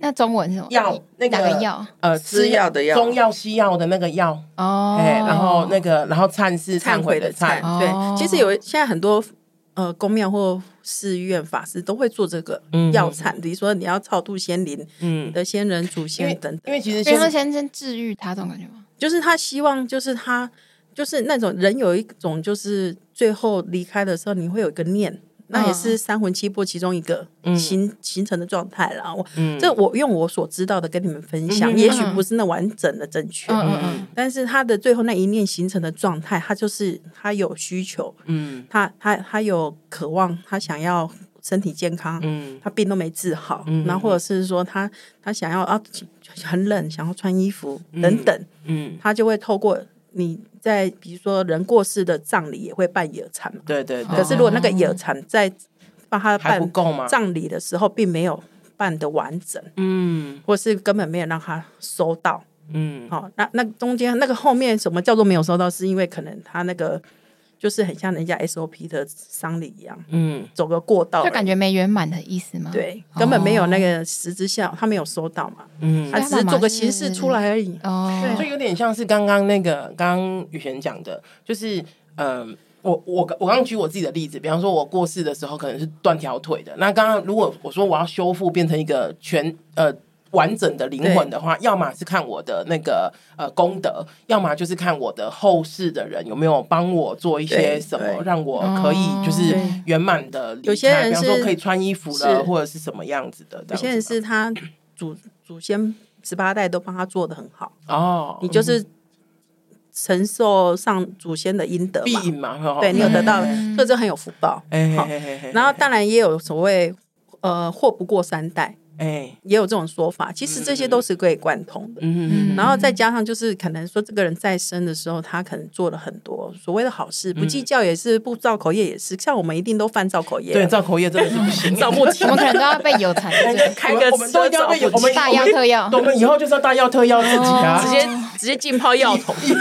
[SPEAKER 2] 那中文是什么？
[SPEAKER 1] 药那
[SPEAKER 2] 哪
[SPEAKER 1] 个
[SPEAKER 2] 个药？
[SPEAKER 1] 呃，
[SPEAKER 4] 吃药的药
[SPEAKER 1] 中药西药的那个药，
[SPEAKER 2] 哦，
[SPEAKER 1] 哎，然后那个然后忏是
[SPEAKER 3] 忏
[SPEAKER 1] 悔
[SPEAKER 3] 悔的忏
[SPEAKER 1] 忏，
[SPEAKER 2] 哦
[SPEAKER 3] 对，其实有现在很多呃宫庙或寺院法师都会做这个
[SPEAKER 1] 嗯
[SPEAKER 3] 药忏，比如说你要超度仙灵、你
[SPEAKER 1] 嗯，
[SPEAKER 3] 的仙人、祖
[SPEAKER 1] 因
[SPEAKER 3] 先
[SPEAKER 1] 为
[SPEAKER 3] 等
[SPEAKER 1] 因
[SPEAKER 3] 等，
[SPEAKER 1] 为其实
[SPEAKER 2] 所
[SPEAKER 1] 现
[SPEAKER 2] 以说
[SPEAKER 1] 在
[SPEAKER 2] 先先治愈他这种感觉吗？
[SPEAKER 3] 就是他希望就是他就是那种人有一种就是最后离开的时候你会有一个念。那也是三魂七魄其中一个
[SPEAKER 1] 嗯
[SPEAKER 3] 形、形成的状态啦。我、这我用我所知道的跟你们分享，
[SPEAKER 1] 嗯
[SPEAKER 3] 也许不是那完整的正确，
[SPEAKER 2] 嗯嗯嗯，
[SPEAKER 3] 但是他的最后那一念形成的状态，他就是他有需求，
[SPEAKER 1] 嗯
[SPEAKER 3] 他他他有渴望，他想要身体健康，
[SPEAKER 1] 嗯
[SPEAKER 3] 他病都没治好，然后或者是说他他想要啊很冷，想要穿衣服等等，
[SPEAKER 1] 嗯，
[SPEAKER 3] 他就会透过你在比如说人过世的葬礼也会办野餐嘛，
[SPEAKER 1] 对
[SPEAKER 2] 哦
[SPEAKER 1] 对对
[SPEAKER 3] 可，是如果那个野餐在帮他
[SPEAKER 1] 还不
[SPEAKER 3] 办
[SPEAKER 1] 够吗？
[SPEAKER 3] 葬礼的时候，并没有办的完整，
[SPEAKER 1] 嗯
[SPEAKER 3] 或是根本没有让他收到。
[SPEAKER 1] 嗯
[SPEAKER 3] 好、那那中间那个后面什么叫做没有收到，是因为可能他那个就是很像人家 SOP 的丧礼一样，
[SPEAKER 1] 嗯
[SPEAKER 3] 走个过道而已，
[SPEAKER 2] 就感觉没圆满的意思吗？，
[SPEAKER 3] 对，
[SPEAKER 2] 哦
[SPEAKER 3] 根本没有那个实质效，他没有收到嘛，
[SPEAKER 1] 嗯
[SPEAKER 3] 他
[SPEAKER 2] 哎，
[SPEAKER 3] 只是做个形式出来而已。
[SPEAKER 2] 哦，
[SPEAKER 1] 就有点像是刚刚那个刚刚雨璇讲的，就是嗯。我我我刚刚举我自己的例子，比方说，我过世的时候可能是断条腿的。那刚刚如果我说我要修复变成一个全呃完整的灵魂的话，要么是看我的那个呃功德，要么就是看我的后世的人有没有帮我做一些
[SPEAKER 3] 对
[SPEAKER 1] 什
[SPEAKER 3] 对哦
[SPEAKER 1] 么，让我可以就是
[SPEAKER 3] 对
[SPEAKER 1] 圆满的离开。
[SPEAKER 3] 有些人
[SPEAKER 1] 比方说
[SPEAKER 3] 是
[SPEAKER 1] 可以穿衣服
[SPEAKER 3] 是
[SPEAKER 1] 了，或者是什么样子的。这
[SPEAKER 3] 有
[SPEAKER 1] 样
[SPEAKER 3] 些人
[SPEAKER 1] 子
[SPEAKER 3] 是他祖祖先十八代都帮他做的很好，
[SPEAKER 1] 嘛哦，
[SPEAKER 3] 你就是承受上祖先的阴德
[SPEAKER 1] 必
[SPEAKER 3] 嘛，
[SPEAKER 1] 应嘛，哈
[SPEAKER 3] 对你有得到，
[SPEAKER 1] 嗯
[SPEAKER 3] 所以这很有福报。
[SPEAKER 1] 哎，
[SPEAKER 3] 好
[SPEAKER 1] 嘿嘿嘿
[SPEAKER 3] 然后当然也有所谓呃祸不过三代，
[SPEAKER 1] 哎，
[SPEAKER 3] 也有这种说法，其实这些都是可以贯通的。
[SPEAKER 1] 嗯
[SPEAKER 2] 嗯
[SPEAKER 3] 然后再加上就是可能说这个人在生的时候，他可能做了很多所谓的好事，不计较也是，不造口业也是。像我们一定都犯造口业，啊
[SPEAKER 1] 对，造口业真的是不行， 造不起
[SPEAKER 2] 我们可能都要被有产 的
[SPEAKER 3] 开
[SPEAKER 1] 我们
[SPEAKER 3] 个
[SPEAKER 1] 我们都一定要被有，我们
[SPEAKER 2] 大药特药
[SPEAKER 1] 我们 以后就是要大药特药自己啊，
[SPEAKER 3] 直接直接浸泡药桶，
[SPEAKER 1] 以后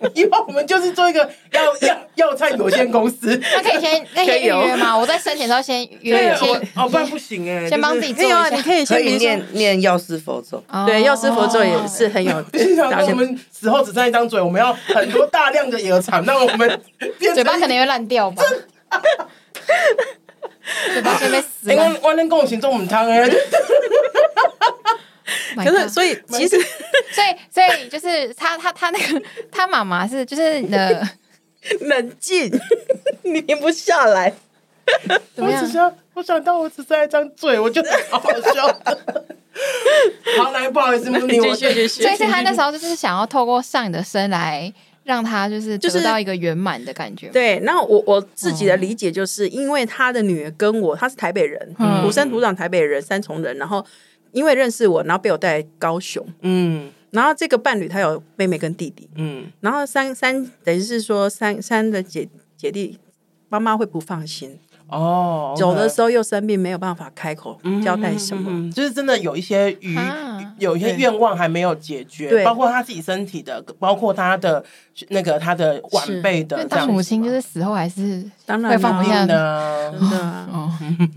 [SPEAKER 2] 哦
[SPEAKER 1] 以后我们就是做一个药 药药菜有限公 司，
[SPEAKER 2] 那可以先那可以预约吗？我在生前都要先约，
[SPEAKER 1] 我
[SPEAKER 2] 先
[SPEAKER 1] 哦，不然不行哎，
[SPEAKER 2] 先帮
[SPEAKER 1] 就是
[SPEAKER 2] 自己
[SPEAKER 3] 可
[SPEAKER 2] 做
[SPEAKER 3] 以啊，
[SPEAKER 2] 一下。
[SPEAKER 3] 你可以
[SPEAKER 4] 欸可
[SPEAKER 3] 先比
[SPEAKER 4] 以
[SPEAKER 3] 如说
[SPEAKER 4] 念念药师佛咒，
[SPEAKER 2] 哦
[SPEAKER 3] 对药师佛咒也是很有
[SPEAKER 1] 平常
[SPEAKER 3] 表
[SPEAKER 1] 我
[SPEAKER 3] 现。
[SPEAKER 1] 们死后只剩一张嘴，我们要很多大量的野产，那我 们变成
[SPEAKER 2] 嘴巴可能会烂掉吧。嘴巴先被死
[SPEAKER 1] 哎，
[SPEAKER 2] 了。
[SPEAKER 1] 我我能跟我行中午汤哎，
[SPEAKER 2] Oh My
[SPEAKER 3] 可是
[SPEAKER 2] God
[SPEAKER 3] 所以其实
[SPEAKER 2] 所以所以就是他他他那个他妈妈是就是呃
[SPEAKER 3] 冷静，你停不下来。
[SPEAKER 1] 我
[SPEAKER 2] 怎么
[SPEAKER 1] 只
[SPEAKER 2] 样？
[SPEAKER 1] 想我想到我只剩一张嘴，我觉得好好 笑。好，来，不好意思，你
[SPEAKER 3] 继
[SPEAKER 1] 我
[SPEAKER 3] 续继续
[SPEAKER 2] 所以是他那时候就是想要透过上你的身来让他就是
[SPEAKER 3] 就是
[SPEAKER 2] 得到一个圆满的感觉。
[SPEAKER 3] 对，那我我自
[SPEAKER 2] 哦
[SPEAKER 3] 己的理解就是，因为他的女儿跟我，她是台北人，
[SPEAKER 2] 嗯
[SPEAKER 3] 土生土长台北人，三重人，然后因为认识我，然后被我带来高雄，
[SPEAKER 1] 嗯
[SPEAKER 3] 然后这个伴侣他有妹妹跟弟弟，
[SPEAKER 1] 嗯
[SPEAKER 3] 然后三三等于是说三三的姐姐弟，妈妈会不放心，
[SPEAKER 1] 哦，
[SPEAKER 3] 走的时
[SPEAKER 1] 候
[SPEAKER 3] 候又生病，没有办法开口交代什么。
[SPEAKER 1] 嗯，就是真的有一些余
[SPEAKER 2] 啊
[SPEAKER 1] 有一些愿望还没有解决，
[SPEAKER 3] 对
[SPEAKER 1] 包括他自己身体的，包括他的那个他的晚辈
[SPEAKER 2] 因
[SPEAKER 1] 的
[SPEAKER 2] 为
[SPEAKER 1] 这样
[SPEAKER 2] 当
[SPEAKER 1] 子嘛，
[SPEAKER 2] 母亲就是死后还是
[SPEAKER 3] 当然
[SPEAKER 2] 会放不
[SPEAKER 3] 啦
[SPEAKER 2] 下
[SPEAKER 1] 真的啊
[SPEAKER 3] 真的啊。
[SPEAKER 2] 哦，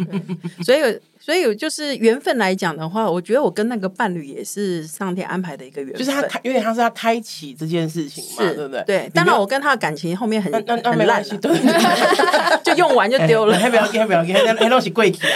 [SPEAKER 3] 所以，所以就是缘分来讲的话，我觉得我跟那个伴侣也是上天安排的一个缘分，
[SPEAKER 1] 就是他开，因为他是他开启这件事情嘛，
[SPEAKER 3] 是
[SPEAKER 1] 对不对？
[SPEAKER 3] 对，当然我跟他的感情后面很
[SPEAKER 1] 那那那
[SPEAKER 3] 很
[SPEAKER 1] 没
[SPEAKER 3] 烂
[SPEAKER 1] 关系，对对对
[SPEAKER 3] 啊，就用完就 丢了。
[SPEAKER 1] 还不要给，还不要给，那那东西贵起来。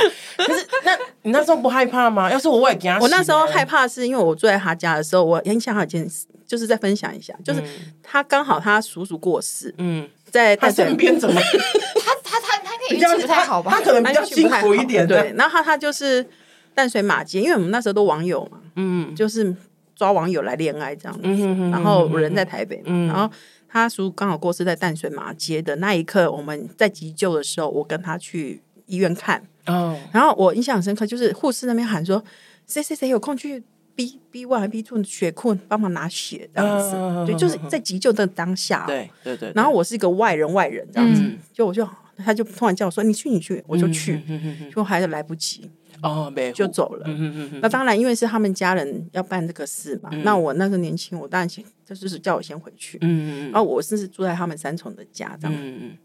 [SPEAKER 1] 可是那你那时候不害怕吗？要是我，我也给他洗。
[SPEAKER 3] 我那时候害怕是因为我住在他家的时候，我很想好一件事，就是再分享一下，就是他刚好他叔叔过世，
[SPEAKER 1] 嗯，
[SPEAKER 3] 在
[SPEAKER 1] 他
[SPEAKER 3] 淡水
[SPEAKER 1] 身边 怎么
[SPEAKER 2] 他他他他可以
[SPEAKER 1] 比
[SPEAKER 2] 运
[SPEAKER 1] 较
[SPEAKER 2] 气不太好吧
[SPEAKER 1] 他？可能比
[SPEAKER 3] 安
[SPEAKER 1] 较
[SPEAKER 3] 全区
[SPEAKER 1] 辛
[SPEAKER 3] 不太好
[SPEAKER 1] 苦一点，
[SPEAKER 3] 对，，然后他他就是淡水马街，因为我们那时候都网友嘛，
[SPEAKER 1] 嗯
[SPEAKER 3] 就是抓网友来恋爱这样子。
[SPEAKER 1] 嗯哼哼
[SPEAKER 3] 然后人在台北嘛，
[SPEAKER 1] 嗯
[SPEAKER 3] 然后他叔刚好过世在淡水马街的那一刻，我们在急救的时候，我跟他去医院看，
[SPEAKER 1] 哦，
[SPEAKER 3] 然后我印象很深刻，就是护士那边喊说谁谁谁有空去 B B one B two 血库帮忙拿血这样子，
[SPEAKER 1] 嗯
[SPEAKER 3] 对，就是在急救的当下、
[SPEAKER 1] 对对对，
[SPEAKER 3] 然后我是一个外人外人这样子，
[SPEAKER 2] 嗯
[SPEAKER 3] 就我就他就突然叫我说你去你去，我就去，
[SPEAKER 1] 嗯哼哼
[SPEAKER 3] 就还是来不及
[SPEAKER 1] 哼哦，没
[SPEAKER 3] 就走了。
[SPEAKER 1] 嗯嗯嗯
[SPEAKER 3] 那当然，因为是他们家人要办这个事嘛。那我那时候年轻，我当然先就是叫我先回去。
[SPEAKER 1] 嗯嗯
[SPEAKER 3] 然后我是住在他们三重的家，这样、
[SPEAKER 1] 嗯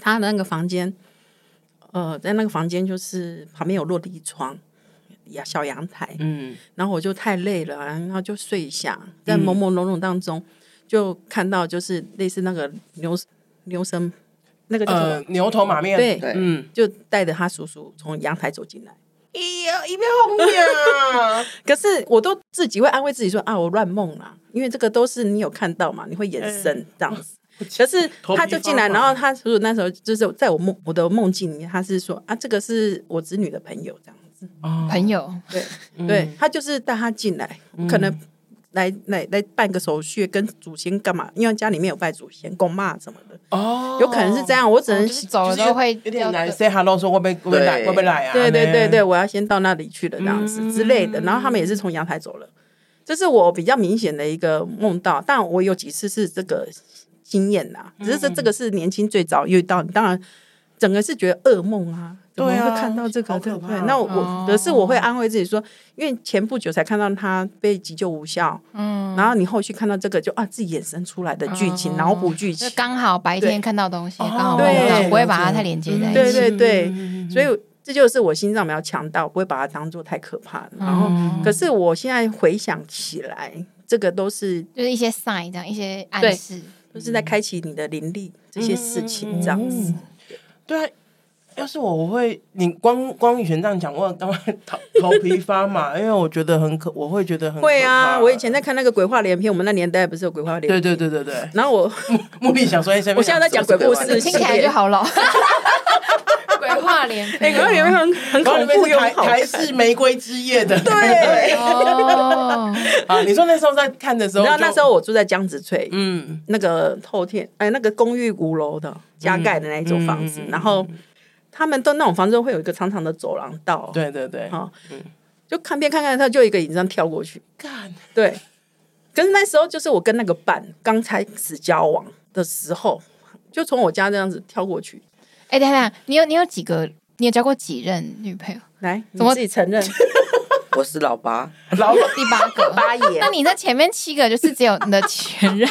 [SPEAKER 3] 他的那个房间，呃，在那个房间就是旁边有落地窗。呀，小阳台，
[SPEAKER 1] 嗯
[SPEAKER 3] 然后我就太累了，然后就睡一下，在朦朦胧胧当中，就看到就是类似那个牛牛生，那个叫什么？
[SPEAKER 1] 呃，牛头马面，
[SPEAKER 3] 对，
[SPEAKER 4] 对
[SPEAKER 1] 嗯，
[SPEAKER 3] 就带着他叔叔从阳台走进来。
[SPEAKER 1] 哎呀，一边红呀，
[SPEAKER 3] 可是我都自己会安慰自己说啊，我乱梦啦，因为这个都是你有看到嘛，你会延
[SPEAKER 1] 嗯
[SPEAKER 3] 伸这样 子。可是他就进来，
[SPEAKER 1] 头皮发麻
[SPEAKER 3] 然后他叔叔那时候就是在我梦我的梦境里面，他是说啊，这个是我子女的朋友这样子，
[SPEAKER 1] 哦
[SPEAKER 2] 朋友，
[SPEAKER 3] 对、
[SPEAKER 1] 嗯
[SPEAKER 3] 对，他就是带他进来，可能来来来办个手续，跟祖先干嘛？因为家里面有拜祖先、公妈什么的，
[SPEAKER 1] 哦，
[SPEAKER 3] 有可能是这样。我只
[SPEAKER 2] 哦
[SPEAKER 3] 能、
[SPEAKER 2] 就是走
[SPEAKER 1] 就
[SPEAKER 2] 了
[SPEAKER 1] 是
[SPEAKER 2] 之后会
[SPEAKER 1] 有点
[SPEAKER 2] 要
[SPEAKER 1] 难 say hello，说会不会会不会来
[SPEAKER 4] 对
[SPEAKER 1] 会不会来啊？
[SPEAKER 3] 对对对
[SPEAKER 1] 呢
[SPEAKER 3] 对，，我要先到那里去了这样
[SPEAKER 1] 嗯
[SPEAKER 3] 子之类的。然后他们也是从阳台走了，这是我比较明显的一个梦到，但我有几次是这个经验呐、
[SPEAKER 1] 嗯
[SPEAKER 3] 只是这这个是年轻最早遇到，当然整个是觉得噩梦啊。怎么
[SPEAKER 1] 对啊
[SPEAKER 3] 会看到这个，
[SPEAKER 1] 好
[SPEAKER 3] 对
[SPEAKER 1] 可
[SPEAKER 3] 不
[SPEAKER 1] 怕
[SPEAKER 3] 对？那
[SPEAKER 2] 哦
[SPEAKER 3] 我可是我会安慰自己说，因为前不久才看到他被急救无效，
[SPEAKER 2] 嗯，
[SPEAKER 3] 然后你后续看到这个就啊自己衍生出来的剧情，
[SPEAKER 2] 哦
[SPEAKER 3] 脑补剧情
[SPEAKER 2] 就，刚好白天看到东西，
[SPEAKER 1] 哦
[SPEAKER 2] 刚好梦到，
[SPEAKER 3] 对
[SPEAKER 2] 不会把它太连接在一起。
[SPEAKER 3] 对对对，
[SPEAKER 1] 嗯
[SPEAKER 3] 所以这就是我心脏比较强大，我不会把它当做太可怕的。然后，
[SPEAKER 2] 嗯
[SPEAKER 3] 可是我现在回想起来，这个都是
[SPEAKER 2] 就是一些 sign 这样，一些暗
[SPEAKER 3] 对
[SPEAKER 2] 示。
[SPEAKER 1] 嗯
[SPEAKER 3] 都是在开启你的灵力这些事情，这样子。
[SPEAKER 1] 对啊，要是我我会，你光光以前这样讲，我刚刚头头皮发麻，因 为我觉得很可，我会觉得很
[SPEAKER 3] 会
[SPEAKER 1] 可
[SPEAKER 3] 啊，
[SPEAKER 1] 怕
[SPEAKER 3] 我以前在看那个鬼话连篇，我们那年代不是有鬼话连
[SPEAKER 1] 对
[SPEAKER 3] 篇？
[SPEAKER 1] 对对对对，
[SPEAKER 3] 然后我
[SPEAKER 1] 目的想说，哎
[SPEAKER 3] 我现在在讲鬼故
[SPEAKER 4] 这
[SPEAKER 3] 事，
[SPEAKER 4] 个
[SPEAKER 2] 听起来就。好 老，鬼话连
[SPEAKER 3] 哎，
[SPEAKER 2] 篇
[SPEAKER 3] 鬼话连篇很 很
[SPEAKER 1] 然后
[SPEAKER 3] 恐
[SPEAKER 1] 里面
[SPEAKER 3] 怖
[SPEAKER 1] 是
[SPEAKER 3] 又
[SPEAKER 1] 台
[SPEAKER 3] 很好
[SPEAKER 1] 台
[SPEAKER 3] 看。
[SPEAKER 1] 式玫瑰之夜的，
[SPEAKER 3] 对，
[SPEAKER 2] 哦，
[SPEAKER 1] 啊，你说那时候在看的时候就，
[SPEAKER 3] 然后那时候我住在江子翠，
[SPEAKER 1] 嗯，
[SPEAKER 3] 那个透天，哎，那个公寓五楼的加盖的那一种房子，
[SPEAKER 1] 嗯嗯嗯嗯
[SPEAKER 3] 然后他们都那种房子都会有一个长长的走廊道，
[SPEAKER 1] 对对对，
[SPEAKER 3] 啊，就看边看看，他就一个影这样跳过去，
[SPEAKER 1] 干，
[SPEAKER 3] 对。可是那时候就是我跟那个伴刚开始交往的时候，就从我家这样子跳过去，
[SPEAKER 2] 哎，等一下，你有你有几个？你有交过几任女朋友？
[SPEAKER 3] 来，
[SPEAKER 2] 怎么
[SPEAKER 3] 你自己承认
[SPEAKER 4] 我是老八，
[SPEAKER 1] 老板
[SPEAKER 2] 第八个。
[SPEAKER 3] 八 爷
[SPEAKER 2] 那？你在前面七个就是只有你的前任，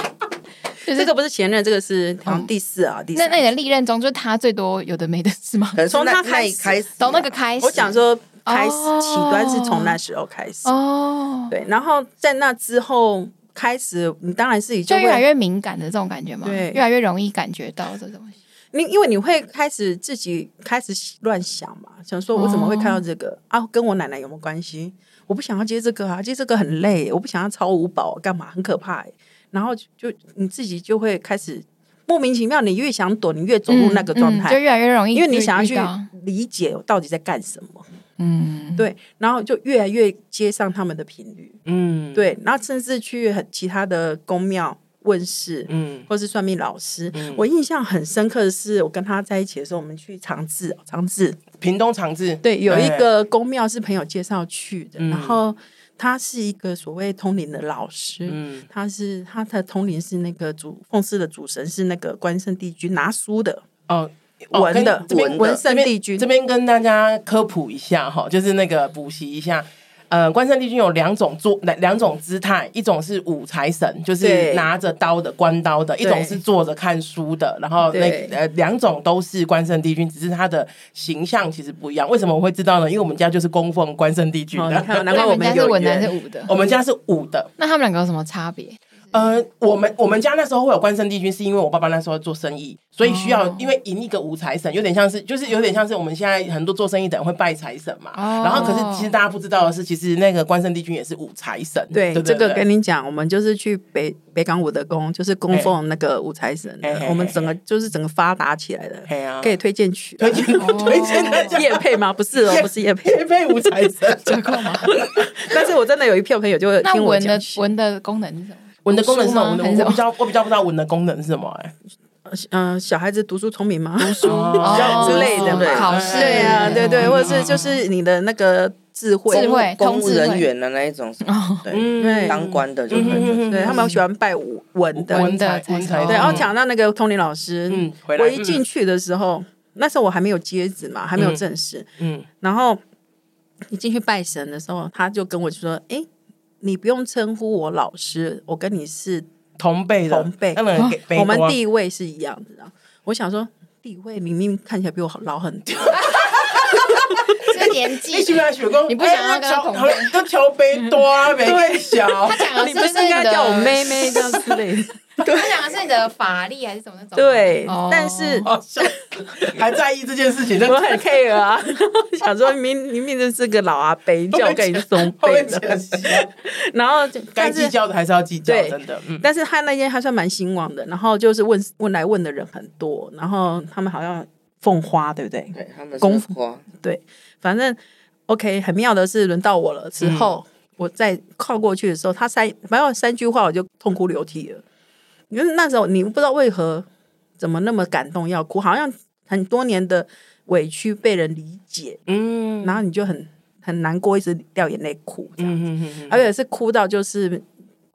[SPEAKER 2] 就是
[SPEAKER 3] 这个不是前任，这个是好像第四啊，第四
[SPEAKER 2] 那。那你的历任中，就是他最多有的没的是吗
[SPEAKER 4] 可？能是
[SPEAKER 3] 从
[SPEAKER 4] 那
[SPEAKER 3] 他
[SPEAKER 4] 那
[SPEAKER 3] 开
[SPEAKER 4] 一
[SPEAKER 3] 始
[SPEAKER 4] 开始
[SPEAKER 2] 从那个
[SPEAKER 4] 啊
[SPEAKER 2] 开始，
[SPEAKER 3] 呃我想说开始
[SPEAKER 2] 哦
[SPEAKER 3] 起端是从那时候开始，
[SPEAKER 2] 哦，
[SPEAKER 3] 对。然后在那之后开始，你当然是己
[SPEAKER 2] 就
[SPEAKER 3] 就会
[SPEAKER 2] 越来越敏感的这种感觉嘛，
[SPEAKER 3] 对
[SPEAKER 2] 越来越容易感觉到这东西。
[SPEAKER 3] 你因为你会开始自己开始乱想嘛，想说我怎么会看
[SPEAKER 2] 哦
[SPEAKER 3] 到这个、啊？跟我奶奶有没有关系？我不想要接这个啊，接这个很累，我不想要超五保啊干嘛？很可怕、欸。然后就就你自己就会开始莫名其妙，你越想躲，你越走入那个状
[SPEAKER 2] 嗯嗯就
[SPEAKER 3] 态，
[SPEAKER 2] 越来越容易遇，
[SPEAKER 3] 因为你想要去
[SPEAKER 2] 遇到
[SPEAKER 3] 理解我到底在干什么。
[SPEAKER 2] 嗯，
[SPEAKER 3] 对，然后就越来越接上他们的频率，
[SPEAKER 1] 嗯，，
[SPEAKER 3] 对，然后甚至去很其他的宫庙问世，
[SPEAKER 1] 嗯，
[SPEAKER 3] 或是算命老师。我印象很深刻的是，我跟他在一起的时候，我们去长治，哦长治
[SPEAKER 1] 屏东长治，
[SPEAKER 3] 对，有一个宫庙是朋友介绍去的，
[SPEAKER 1] 嗯
[SPEAKER 3] 然后他是一个所谓通灵的老师。
[SPEAKER 1] 嗯，
[SPEAKER 3] 他是他的通灵是那个主奉祀的主神是那个关圣帝君拿书的，
[SPEAKER 1] 哦，我
[SPEAKER 3] 文
[SPEAKER 1] 跟
[SPEAKER 3] 的
[SPEAKER 1] 这边
[SPEAKER 4] 文的
[SPEAKER 3] 文
[SPEAKER 1] 这
[SPEAKER 3] 圣
[SPEAKER 1] 边
[SPEAKER 3] 帝君
[SPEAKER 1] 这边跟大家科普一下哈，就是那个补习一下。呃，关圣帝君有两种坐，两两种姿态，一种是武财神，就是
[SPEAKER 3] 对
[SPEAKER 1] 拿着刀的、关刀的；一种是坐着看书的。然后那
[SPEAKER 3] 对
[SPEAKER 1] 呃，两种都是关圣帝君，只是他的形象其实不一样。为什么我会知道呢？因为我们家就是供奉关圣帝君
[SPEAKER 3] 哦，你看，
[SPEAKER 1] 的，
[SPEAKER 3] 难怪
[SPEAKER 2] 那
[SPEAKER 3] 我
[SPEAKER 2] 你们家
[SPEAKER 3] 们
[SPEAKER 2] 是
[SPEAKER 3] 有哦
[SPEAKER 2] 文的还是
[SPEAKER 3] 缘。
[SPEAKER 2] 武的？
[SPEAKER 1] 我们家是武的。
[SPEAKER 2] 那他们两个有什么差别？
[SPEAKER 1] 呃，我们我们家那时候会有关圣帝君，是因为我爸爸那时候做生意，所以需要、
[SPEAKER 2] 哦
[SPEAKER 1] 因为迎一个五财神，有点像是就是有点像是我们现在很多做生意的人会拜财神嘛。
[SPEAKER 2] 哦
[SPEAKER 1] 然后可是其实大家不知道的是，其实那个关圣帝君也是五财神。
[SPEAKER 3] 对，
[SPEAKER 1] 不
[SPEAKER 3] 这个
[SPEAKER 1] 嗯对哎
[SPEAKER 3] 跟你讲，我们就是去北北港武德宫，就是供奉那个武财神
[SPEAKER 1] 哎哎哎
[SPEAKER 3] 的。我们整个就是整个发达起来的，
[SPEAKER 1] 嘿啊
[SPEAKER 3] 可以推荐曲啊。
[SPEAKER 1] 推荐推荐大家
[SPEAKER 3] 叶配吗？不是哦，不是叶配。
[SPEAKER 1] 配配五财 神。
[SPEAKER 2] 折扣吗？
[SPEAKER 3] 但是我真的有一票朋友就会
[SPEAKER 2] 那
[SPEAKER 3] 听我
[SPEAKER 2] 文
[SPEAKER 3] 讲
[SPEAKER 2] 的
[SPEAKER 3] 曲，
[SPEAKER 2] 文的功能是什么？
[SPEAKER 1] 文的功能是什么？
[SPEAKER 2] 读书吗还
[SPEAKER 1] 文的
[SPEAKER 2] 是
[SPEAKER 1] 我比较我比较不知道文的功能是什么哎、
[SPEAKER 3] 嗯，小孩子读书聪明吗？读
[SPEAKER 1] 书比较
[SPEAKER 3] 之类的嘛，
[SPEAKER 2] 哦考试
[SPEAKER 3] 对啊，对对，
[SPEAKER 2] 嗯
[SPEAKER 3] 或者是就是你的那个智慧，
[SPEAKER 2] 智慧
[SPEAKER 4] 公务
[SPEAKER 2] 通知会
[SPEAKER 4] 人员的那一种，
[SPEAKER 2] 哦
[SPEAKER 4] 对，
[SPEAKER 1] 嗯
[SPEAKER 4] 当官的就
[SPEAKER 1] 嗯
[SPEAKER 4] 可
[SPEAKER 1] 嗯嗯
[SPEAKER 4] 以。
[SPEAKER 1] 嗯
[SPEAKER 3] 对他们喜欢拜武文的，
[SPEAKER 2] 文的
[SPEAKER 1] 文才
[SPEAKER 2] 才是
[SPEAKER 3] 对，然后
[SPEAKER 2] 嗯
[SPEAKER 3] 讲到那个通灵老师，
[SPEAKER 1] 嗯回来
[SPEAKER 3] 我一进去的时候，那时候我还没有接旨嘛，还没有正式，
[SPEAKER 1] 嗯
[SPEAKER 3] 然后你进去拜神的时候，他就跟我说：“哎，你不用称呼我老师，我跟你是
[SPEAKER 1] 同辈的
[SPEAKER 3] 同辈哦
[SPEAKER 1] 当然给啊
[SPEAKER 3] 我们
[SPEAKER 1] 北国
[SPEAKER 3] 地位是一样的。”我想说，地位明明看起来比我老很多，
[SPEAKER 2] 这年纪
[SPEAKER 1] 你 喜不喜欢雪公？
[SPEAKER 2] 你不想要跟
[SPEAKER 1] 哎
[SPEAKER 2] 他同辈
[SPEAKER 1] 都桥杯多啊，没更小
[SPEAKER 2] 他。讲的
[SPEAKER 3] 你不
[SPEAKER 2] 就是是
[SPEAKER 3] 应
[SPEAKER 2] 你
[SPEAKER 3] 该
[SPEAKER 2] 啊的，
[SPEAKER 3] 叫我妹妹这样之类的？
[SPEAKER 2] 他讲的是你的法力还是什么那种？
[SPEAKER 3] 对
[SPEAKER 2] 哦，
[SPEAKER 3] 但是
[SPEAKER 1] 好笑死，还在意这件事情，那
[SPEAKER 3] 我很 care 啊， 想说明明明就是个老阿伯，叫我跟你松
[SPEAKER 1] 后
[SPEAKER 3] 背
[SPEAKER 1] 面
[SPEAKER 3] 的，
[SPEAKER 1] 讲笑
[SPEAKER 3] 然后就
[SPEAKER 1] 该
[SPEAKER 3] 但
[SPEAKER 1] 计
[SPEAKER 3] 是
[SPEAKER 1] 较的还是要计较，
[SPEAKER 3] 对
[SPEAKER 1] 真的，嗯，
[SPEAKER 3] 但是他那天还算蛮兴旺的，然后就是问问来问的人很多，然后他们好像奉花，对不对？
[SPEAKER 4] 对，他们
[SPEAKER 3] 功
[SPEAKER 4] 是
[SPEAKER 3] 夫
[SPEAKER 4] 花，
[SPEAKER 3] 反正 OK，很妙的是，轮到我了之后，
[SPEAKER 1] 嗯
[SPEAKER 3] 我再靠过去的时候，他三反正三句话我就痛哭流涕了。因为那时候你不知道为何怎么那么感动要哭，好像很多年的委屈被人理解，
[SPEAKER 1] 嗯
[SPEAKER 3] 然后你就很很难过，一直掉眼泪哭这样。
[SPEAKER 1] 嗯嗯
[SPEAKER 3] 而且是哭到就是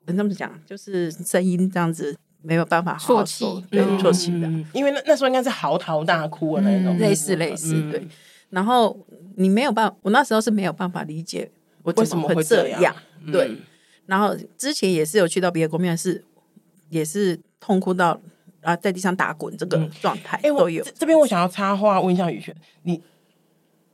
[SPEAKER 3] 嗯这么讲，就是声音这样子没有办法好好
[SPEAKER 2] 啜泣
[SPEAKER 3] 说对，啜泣的，
[SPEAKER 1] 嗯因为那那时候应该是嚎啕大哭的那种，
[SPEAKER 2] 嗯
[SPEAKER 3] 类似类似
[SPEAKER 1] 嗯
[SPEAKER 3] 对。然后你没有办法，我那时候是没有办法理解我
[SPEAKER 1] 为
[SPEAKER 3] 怎
[SPEAKER 1] 什么
[SPEAKER 3] 会
[SPEAKER 1] 会
[SPEAKER 3] 这
[SPEAKER 1] 这样嗯
[SPEAKER 3] 样，对。然后之前也是有去到别的公庙，是也是痛哭到啊在地上打滚这个状态
[SPEAKER 1] 哎，我
[SPEAKER 3] 都有
[SPEAKER 1] 这。这边我想要插话问一下宇轩，你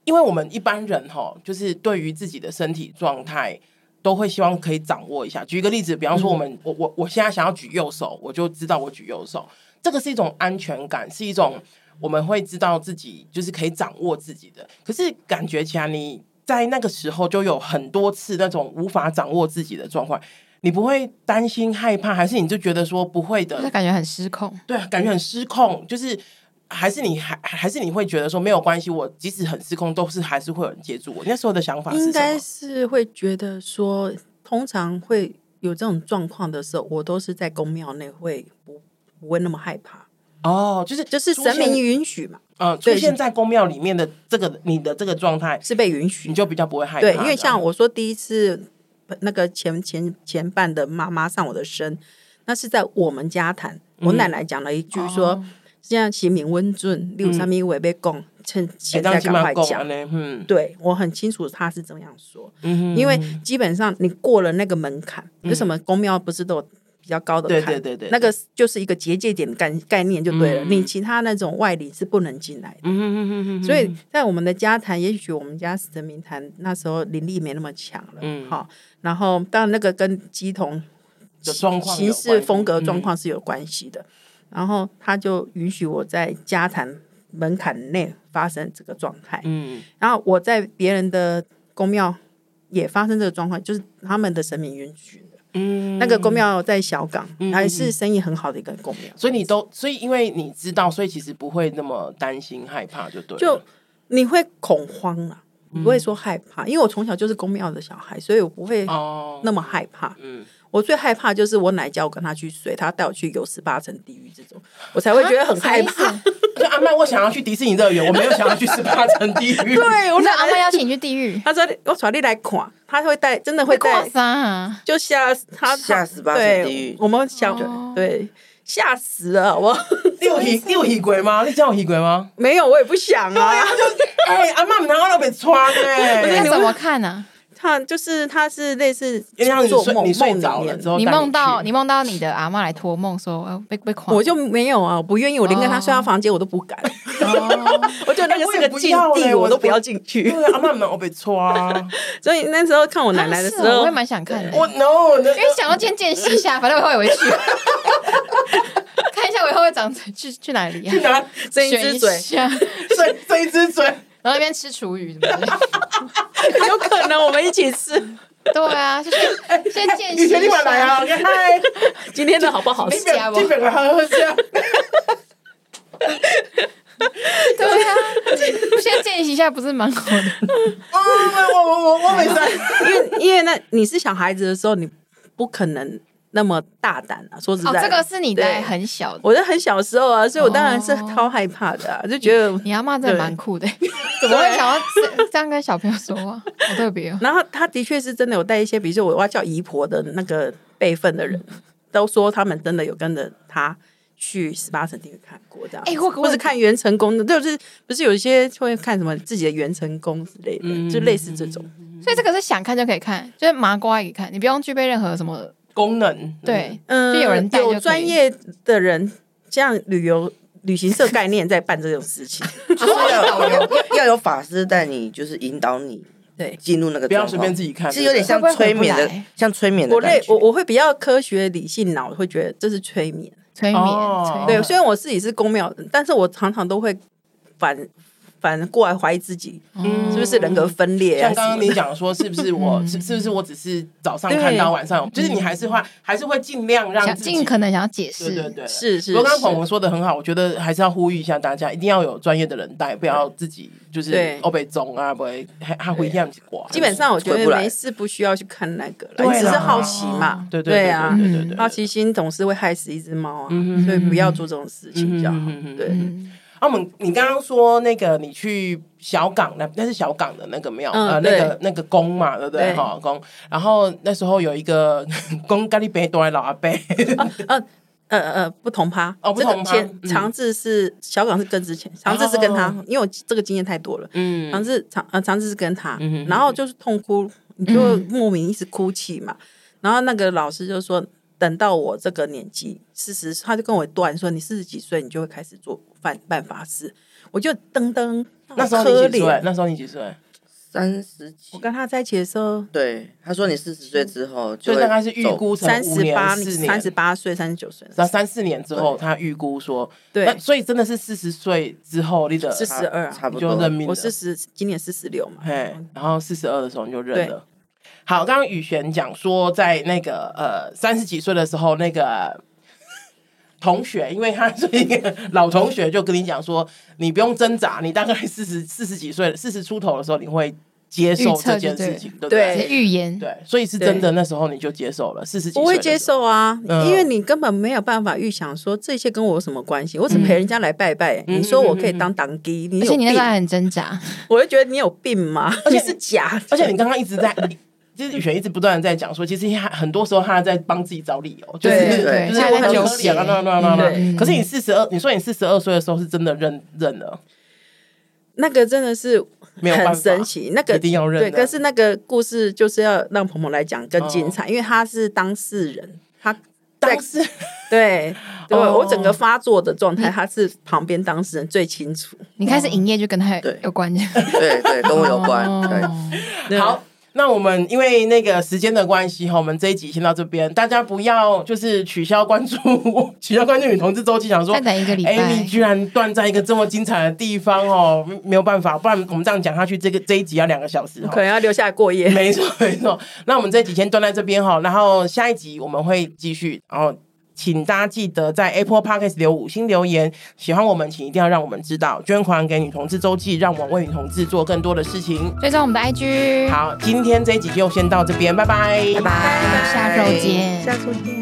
[SPEAKER 1] 因为我们一般人哈，就是对于自己的身体状态。都会希望可以掌握一下。举一个例子，比方说我
[SPEAKER 3] 嗯
[SPEAKER 1] 们，我我我现在想要举右手，我就知道我举右手，这个是一种安全感，是一种我们会知道自己就是可以掌握自己的。可是感觉起来，你在那个时候就有很多次那种无法掌握自己的状况，你不会担心害怕，还是你就觉得说不会的
[SPEAKER 2] 那，感觉很失控。
[SPEAKER 1] 对，感觉很失控，就是还是你还还是你会觉得说没有关系，我即使很失控，都是还是会有人接住我。你那时候的想法是
[SPEAKER 3] 应
[SPEAKER 1] 什
[SPEAKER 3] 该
[SPEAKER 1] 么？
[SPEAKER 3] 是会觉得说，通常会有这种状况的时候，我都是在公庙内会不不会那么害怕，
[SPEAKER 1] 哦，就是
[SPEAKER 3] 就是
[SPEAKER 1] 出
[SPEAKER 3] 神
[SPEAKER 1] 现
[SPEAKER 3] 明允许嘛，
[SPEAKER 1] 呃出
[SPEAKER 3] 对
[SPEAKER 1] 现在公庙里面的这个你的这个状态，
[SPEAKER 3] 是被允许
[SPEAKER 1] 你。就比较不会害怕这
[SPEAKER 3] 对，
[SPEAKER 1] 样。
[SPEAKER 3] 因为像我说第一次那个前前前半的妈妈上我的身，那是在我们家谈，
[SPEAKER 1] 嗯
[SPEAKER 3] 我奶奶讲了一句说。
[SPEAKER 2] 哦
[SPEAKER 3] 现在齐民温顺，六三米违被供，趁
[SPEAKER 1] 嗯哎
[SPEAKER 3] 现
[SPEAKER 1] 让
[SPEAKER 3] 在
[SPEAKER 1] 起
[SPEAKER 3] 赶
[SPEAKER 1] 码
[SPEAKER 3] 快
[SPEAKER 1] 够
[SPEAKER 3] 讲。
[SPEAKER 1] 呢，嗯
[SPEAKER 3] 对我很清楚他是这样说，
[SPEAKER 1] 嗯哼，嗯
[SPEAKER 3] 因为基本上你过了那个门槛，为什么公庙不是都有比较高的
[SPEAKER 1] 对
[SPEAKER 3] 坎？
[SPEAKER 1] 对对对
[SPEAKER 3] 那个就是一个结界点的概概念就对了。
[SPEAKER 1] 嗯
[SPEAKER 3] 你其他那种外力是不能进来的。
[SPEAKER 1] 嗯哼哼哼哼，
[SPEAKER 3] 所以在我们的家坛，也许我们家神明坛那时候灵力没那么强了，
[SPEAKER 1] 嗯
[SPEAKER 3] 好，然后当然那个跟鸡同
[SPEAKER 1] 的状况有
[SPEAKER 3] 行
[SPEAKER 1] 关
[SPEAKER 3] 事
[SPEAKER 1] 系嗯
[SPEAKER 3] 风格状况是有关系的，然后他就允许我在家坛门槛内发生这个状态，
[SPEAKER 1] 嗯
[SPEAKER 3] 然后我在别人的宫庙也发生这个状况，就是他们的神明允许的。
[SPEAKER 1] 嗯
[SPEAKER 3] 那个宫。庙在小港，
[SPEAKER 1] 嗯
[SPEAKER 3] 还是生意很好的一个宫庙，
[SPEAKER 1] 所以你都，所以因为你知道，所以其实不会那么担心害怕，就对嗯了。
[SPEAKER 3] 就你会恐慌啊，你不会说害怕，因为我从小就是公庙的小孩，所以我不会
[SPEAKER 1] 哦，
[SPEAKER 3] 那么害怕。
[SPEAKER 1] 嗯，
[SPEAKER 3] 我最害怕就是我奶叫我跟他去睡，他带我去有十八层地狱这种，我才会觉得很害怕。
[SPEAKER 1] 就阿曼，我想要去迪士尼乐园，我没有想要去十八层地狱。
[SPEAKER 3] 对，我
[SPEAKER 2] 那
[SPEAKER 3] 奶
[SPEAKER 2] 阿妈
[SPEAKER 3] 奶
[SPEAKER 2] 邀请你去地狱，
[SPEAKER 3] 他说我传你来看，他会带， 真的会
[SPEAKER 2] 哇
[SPEAKER 3] 带，
[SPEAKER 2] 塞！
[SPEAKER 3] 就下他
[SPEAKER 4] 下18层地狱
[SPEAKER 3] 对我们小
[SPEAKER 2] 哦
[SPEAKER 3] 对吓死了，我
[SPEAKER 1] 你有喜你有喜鬼吗？你这样有喜鬼吗？
[SPEAKER 3] 没有，我也不想啊。
[SPEAKER 1] 哎，阿妈，你拿到那边穿
[SPEAKER 2] 那
[SPEAKER 1] 哎，
[SPEAKER 2] 怎么看啊呢、
[SPEAKER 3] 他就是他是类似
[SPEAKER 1] 因为像你
[SPEAKER 3] 做
[SPEAKER 1] 睡
[SPEAKER 3] 梦
[SPEAKER 1] 你睡
[SPEAKER 3] 梦
[SPEAKER 1] 着
[SPEAKER 3] 里
[SPEAKER 1] 了
[SPEAKER 3] 面
[SPEAKER 1] 之后，
[SPEAKER 2] 你梦到
[SPEAKER 1] 带
[SPEAKER 2] 你梦到你的阿嬷来托梦说呃被被狂，
[SPEAKER 3] 我就没有啊，我不愿意，我连跟他睡到房间我都不敢， 我觉得那个
[SPEAKER 1] 我
[SPEAKER 3] 是
[SPEAKER 1] 也
[SPEAKER 3] 个
[SPEAKER 1] 不
[SPEAKER 3] 禁
[SPEAKER 1] 要
[SPEAKER 3] 地，
[SPEAKER 1] 欸
[SPEAKER 3] 我
[SPEAKER 1] 我
[SPEAKER 3] 都
[SPEAKER 1] 我
[SPEAKER 3] 不要进
[SPEAKER 1] 去
[SPEAKER 3] 去。
[SPEAKER 1] 哦对啊阿妈，你拿我被穿。
[SPEAKER 3] 所以那时候看我奶奶的时
[SPEAKER 2] 啊是哦
[SPEAKER 3] 候
[SPEAKER 2] 我也，蛮想看的，
[SPEAKER 1] 我 no，那
[SPEAKER 2] 因为想要见见识一下，反正我以后也会去 看一下，我以后会长成去去哪里、啊
[SPEAKER 1] 去，拿
[SPEAKER 3] 睁一只嘴，
[SPEAKER 2] 选一下
[SPEAKER 1] 这这一只嘴，
[SPEAKER 2] 然后那边吃厨余什么的。
[SPEAKER 3] 有可能我们一起吃
[SPEAKER 2] 对啊，就是先见识
[SPEAKER 1] 雨田你
[SPEAKER 2] 一
[SPEAKER 1] 晚来
[SPEAKER 2] 下。
[SPEAKER 1] 啊！嗨，
[SPEAKER 3] 今天的好不好
[SPEAKER 2] 没
[SPEAKER 3] 吃？
[SPEAKER 1] 这边这边还喝这样，
[SPEAKER 2] 对啊，先见识一下不是蛮好的？
[SPEAKER 1] 嗯，我我我我没事。
[SPEAKER 3] 因为因为那你是小孩子的时候，你不可能那么大胆啊。说实
[SPEAKER 2] 哦
[SPEAKER 3] 在，的，
[SPEAKER 2] 这个是你在
[SPEAKER 3] 对
[SPEAKER 2] 很小的。
[SPEAKER 3] 我在很小的时候啊，所以我当然是
[SPEAKER 2] 哦
[SPEAKER 3] 超害怕的、啊，就觉得。
[SPEAKER 2] 你阿妈真的蛮酷的， 怎么会想要这这样跟小朋友说话？好特别哦！
[SPEAKER 3] 然后他的确是真的有带一些，比如说我要叫姨婆的那个辈分的人，都说他们真的有跟着他去十八层地狱看过这样子。
[SPEAKER 2] 哎我
[SPEAKER 3] 或者看元成功的，就是不是有一些会看什么自己的元成功之类的，
[SPEAKER 2] 嗯
[SPEAKER 3] 就类似这种。
[SPEAKER 2] 所以这个是想看就可以看，就是麻瓜也可以看，你不用具备任何什么
[SPEAKER 1] 功能，
[SPEAKER 2] 对，
[SPEAKER 3] 嗯，
[SPEAKER 2] 就有人带就可以
[SPEAKER 3] 有专业的人，像旅游旅行社概念在办这种事 情。
[SPEAKER 4] 就是要有要有法师带你，就是引导你
[SPEAKER 3] 对，
[SPEAKER 4] 进入那个
[SPEAKER 1] 不要
[SPEAKER 4] 状
[SPEAKER 1] 随
[SPEAKER 4] 况
[SPEAKER 1] 便自己看，
[SPEAKER 4] 是有点像
[SPEAKER 2] 会不会
[SPEAKER 4] 催眠
[SPEAKER 2] 回
[SPEAKER 4] 的
[SPEAKER 2] 不来，
[SPEAKER 4] 像催眠的
[SPEAKER 3] 我
[SPEAKER 4] 感
[SPEAKER 3] 类
[SPEAKER 4] 觉。
[SPEAKER 3] 我我会比较科学理性脑，会觉得这是催眠。
[SPEAKER 2] 催眠
[SPEAKER 1] 哦。
[SPEAKER 2] 催眠
[SPEAKER 3] 对，虽然我自己是公庙人，但是我常常都会反反过来怀疑自己
[SPEAKER 1] 嗯
[SPEAKER 3] 是不是人格分裂啊
[SPEAKER 1] 像
[SPEAKER 3] 什
[SPEAKER 1] 刚
[SPEAKER 3] 么
[SPEAKER 1] 刚
[SPEAKER 3] 的。
[SPEAKER 1] 你讲说，是不是我
[SPEAKER 3] 嗯
[SPEAKER 1] 是是不是我只是早上看到晚上，就是你还是会还是会尽量让
[SPEAKER 2] 想
[SPEAKER 1] 自
[SPEAKER 2] 尽
[SPEAKER 1] 己。
[SPEAKER 2] 可能想要解
[SPEAKER 1] 对对
[SPEAKER 2] 释，
[SPEAKER 1] 对，
[SPEAKER 3] 是是
[SPEAKER 1] 不过刚刚
[SPEAKER 3] 是
[SPEAKER 1] 捧红说的很好，我觉得还是要呼吁一下大家，一定要有专业的人带，不要自己就是
[SPEAKER 3] 对
[SPEAKER 1] 欧北中啊，不会还还会一样去挂。
[SPEAKER 3] 基本上我觉
[SPEAKER 4] 回
[SPEAKER 3] 得
[SPEAKER 4] 不来
[SPEAKER 3] 没事不需要去看那个了，
[SPEAKER 1] 对啦啊哦
[SPEAKER 3] 你只是好奇嘛。
[SPEAKER 1] 对
[SPEAKER 3] 对
[SPEAKER 1] 对
[SPEAKER 3] 啊，
[SPEAKER 1] 对对对，
[SPEAKER 3] 好奇心总是会害死一只猫啊，
[SPEAKER 1] 嗯哼
[SPEAKER 3] 所以不要做这种事情比较好
[SPEAKER 1] 嗯哼。
[SPEAKER 3] 对，
[SPEAKER 2] 嗯，
[SPEAKER 1] 啊，我们你刚刚说那个你去小港那那是小港的那个庙、
[SPEAKER 3] 嗯
[SPEAKER 1] 呃那
[SPEAKER 3] 对
[SPEAKER 1] 个那个宫嘛，对不对
[SPEAKER 3] 对
[SPEAKER 1] 哈宫？然后那时候有一个宫咖喱杯多的老阿伯，
[SPEAKER 3] 呃呃呃，不同趴
[SPEAKER 1] 哦不同趴
[SPEAKER 3] 这个
[SPEAKER 1] 嗯
[SPEAKER 3] 前长治是小港是跟之前，长治是跟他
[SPEAKER 1] 哦，
[SPEAKER 3] 因为我这个经验太多了。
[SPEAKER 1] 嗯
[SPEAKER 3] 长治长呃长治是跟他
[SPEAKER 1] 嗯哼，嗯
[SPEAKER 3] 然后就是痛哭，你就莫名一直哭泣嘛。然后那个老师就说，等到我这个年纪四十，他就跟我断说，你四十几岁你就会开始做办办法事。我就噔噔，
[SPEAKER 1] 那时候
[SPEAKER 3] 可
[SPEAKER 1] 你几岁
[SPEAKER 3] 怜。？
[SPEAKER 1] 那时候你几岁？
[SPEAKER 4] 三十几
[SPEAKER 3] 我，跟他在一起的时候，
[SPEAKER 4] 对，他说你四十岁之后就
[SPEAKER 1] 所以
[SPEAKER 4] 会
[SPEAKER 1] 大概是预
[SPEAKER 4] 走
[SPEAKER 1] 估成
[SPEAKER 3] 三
[SPEAKER 1] 五
[SPEAKER 3] 十
[SPEAKER 1] 年、
[SPEAKER 3] 八、
[SPEAKER 1] 四
[SPEAKER 3] 三
[SPEAKER 1] 年
[SPEAKER 3] 十。八岁、三十九岁了，
[SPEAKER 1] 然后三四年之后，他预估说，那
[SPEAKER 3] 对，
[SPEAKER 1] 所以真的是四十岁之后，你的
[SPEAKER 3] 是
[SPEAKER 4] 差
[SPEAKER 3] 42啊
[SPEAKER 4] 差不
[SPEAKER 1] 你就
[SPEAKER 4] 多
[SPEAKER 1] 认。命了。
[SPEAKER 3] 我四十，今年四十六嘛。
[SPEAKER 1] 嘿，然后四十二的时候你就认了。好，刚刚雨璇讲说，在那个呃三十几岁的时候，那个同学，因为他是一个老同学，就跟你讲说，你不用挣扎，你大概四十四十几岁、四十出头的时候，你会接受这件事情，对不
[SPEAKER 3] 对
[SPEAKER 2] 只是预言，
[SPEAKER 1] 对，所以是真的，那时候你就接受了，四十几岁
[SPEAKER 3] 不会接受啊，
[SPEAKER 1] 嗯
[SPEAKER 3] 因为你根本没有办法预想说这些跟我有什么关系。我只陪人家来拜拜，
[SPEAKER 1] 嗯
[SPEAKER 3] 你说我可以当当机，你
[SPEAKER 2] 而
[SPEAKER 3] 有
[SPEAKER 2] 且你那
[SPEAKER 3] 病
[SPEAKER 2] 时候？还很挣扎，
[SPEAKER 3] 我就觉得你有病吗？
[SPEAKER 1] 而且
[SPEAKER 3] 你是假的，
[SPEAKER 1] 而且你刚刚一直 在，就是雨璇一直不断的在讲说，其实他很多时候他在帮自己找理由，就是
[SPEAKER 3] 对
[SPEAKER 2] 对
[SPEAKER 1] 就是
[SPEAKER 2] 他
[SPEAKER 1] 我
[SPEAKER 2] 在
[SPEAKER 1] 很
[SPEAKER 2] 纠
[SPEAKER 1] 可
[SPEAKER 2] 结
[SPEAKER 1] 怜啊，那那那
[SPEAKER 3] 对
[SPEAKER 1] 那。可是你四十二，你说你四十二岁的时候是真的认认了，
[SPEAKER 3] 那个真的是
[SPEAKER 1] 没有办法
[SPEAKER 3] 很神奇，那个
[SPEAKER 1] 一定要认啊
[SPEAKER 3] 对，可是那个故事就是要让鹏鹏来讲更精
[SPEAKER 1] 哦
[SPEAKER 3] 彩，因为他是当事人， 他在
[SPEAKER 1] 当时
[SPEAKER 3] 对对、
[SPEAKER 1] 哦
[SPEAKER 3] 我整个发作的状态，他是旁边当事人最清楚。
[SPEAKER 2] 你开始营业就跟他有
[SPEAKER 4] 对
[SPEAKER 2] 有关，
[SPEAKER 4] 对对，跟我有关。对，
[SPEAKER 2] 哦
[SPEAKER 3] 对
[SPEAKER 1] 好。那我们因为那个时间的关系哈，我们这一集先到这边，大家不要就是取消关注我，取消关注女同志周期，想说
[SPEAKER 2] 再等一个礼拜
[SPEAKER 1] 哎，你居然断在一个这么精彩的地方哦，没没有办法，不然我们这样讲下去，这个这一集要两个小时哦
[SPEAKER 3] 可。能要留下来过夜。
[SPEAKER 1] 没错没错。那我们这几天断在这边哈，然后下一集我们会继续，然后。请大家记得在 Apple Podcast 留五星留言，喜欢我们请一定要让我们知道，捐款给女同志周记，让我们为女同志做更多的事情。
[SPEAKER 2] 追踪我们的 IG，，
[SPEAKER 1] 好，今天这一集就先到这边，拜拜，拜拜
[SPEAKER 2] 下周见。
[SPEAKER 3] 下周见。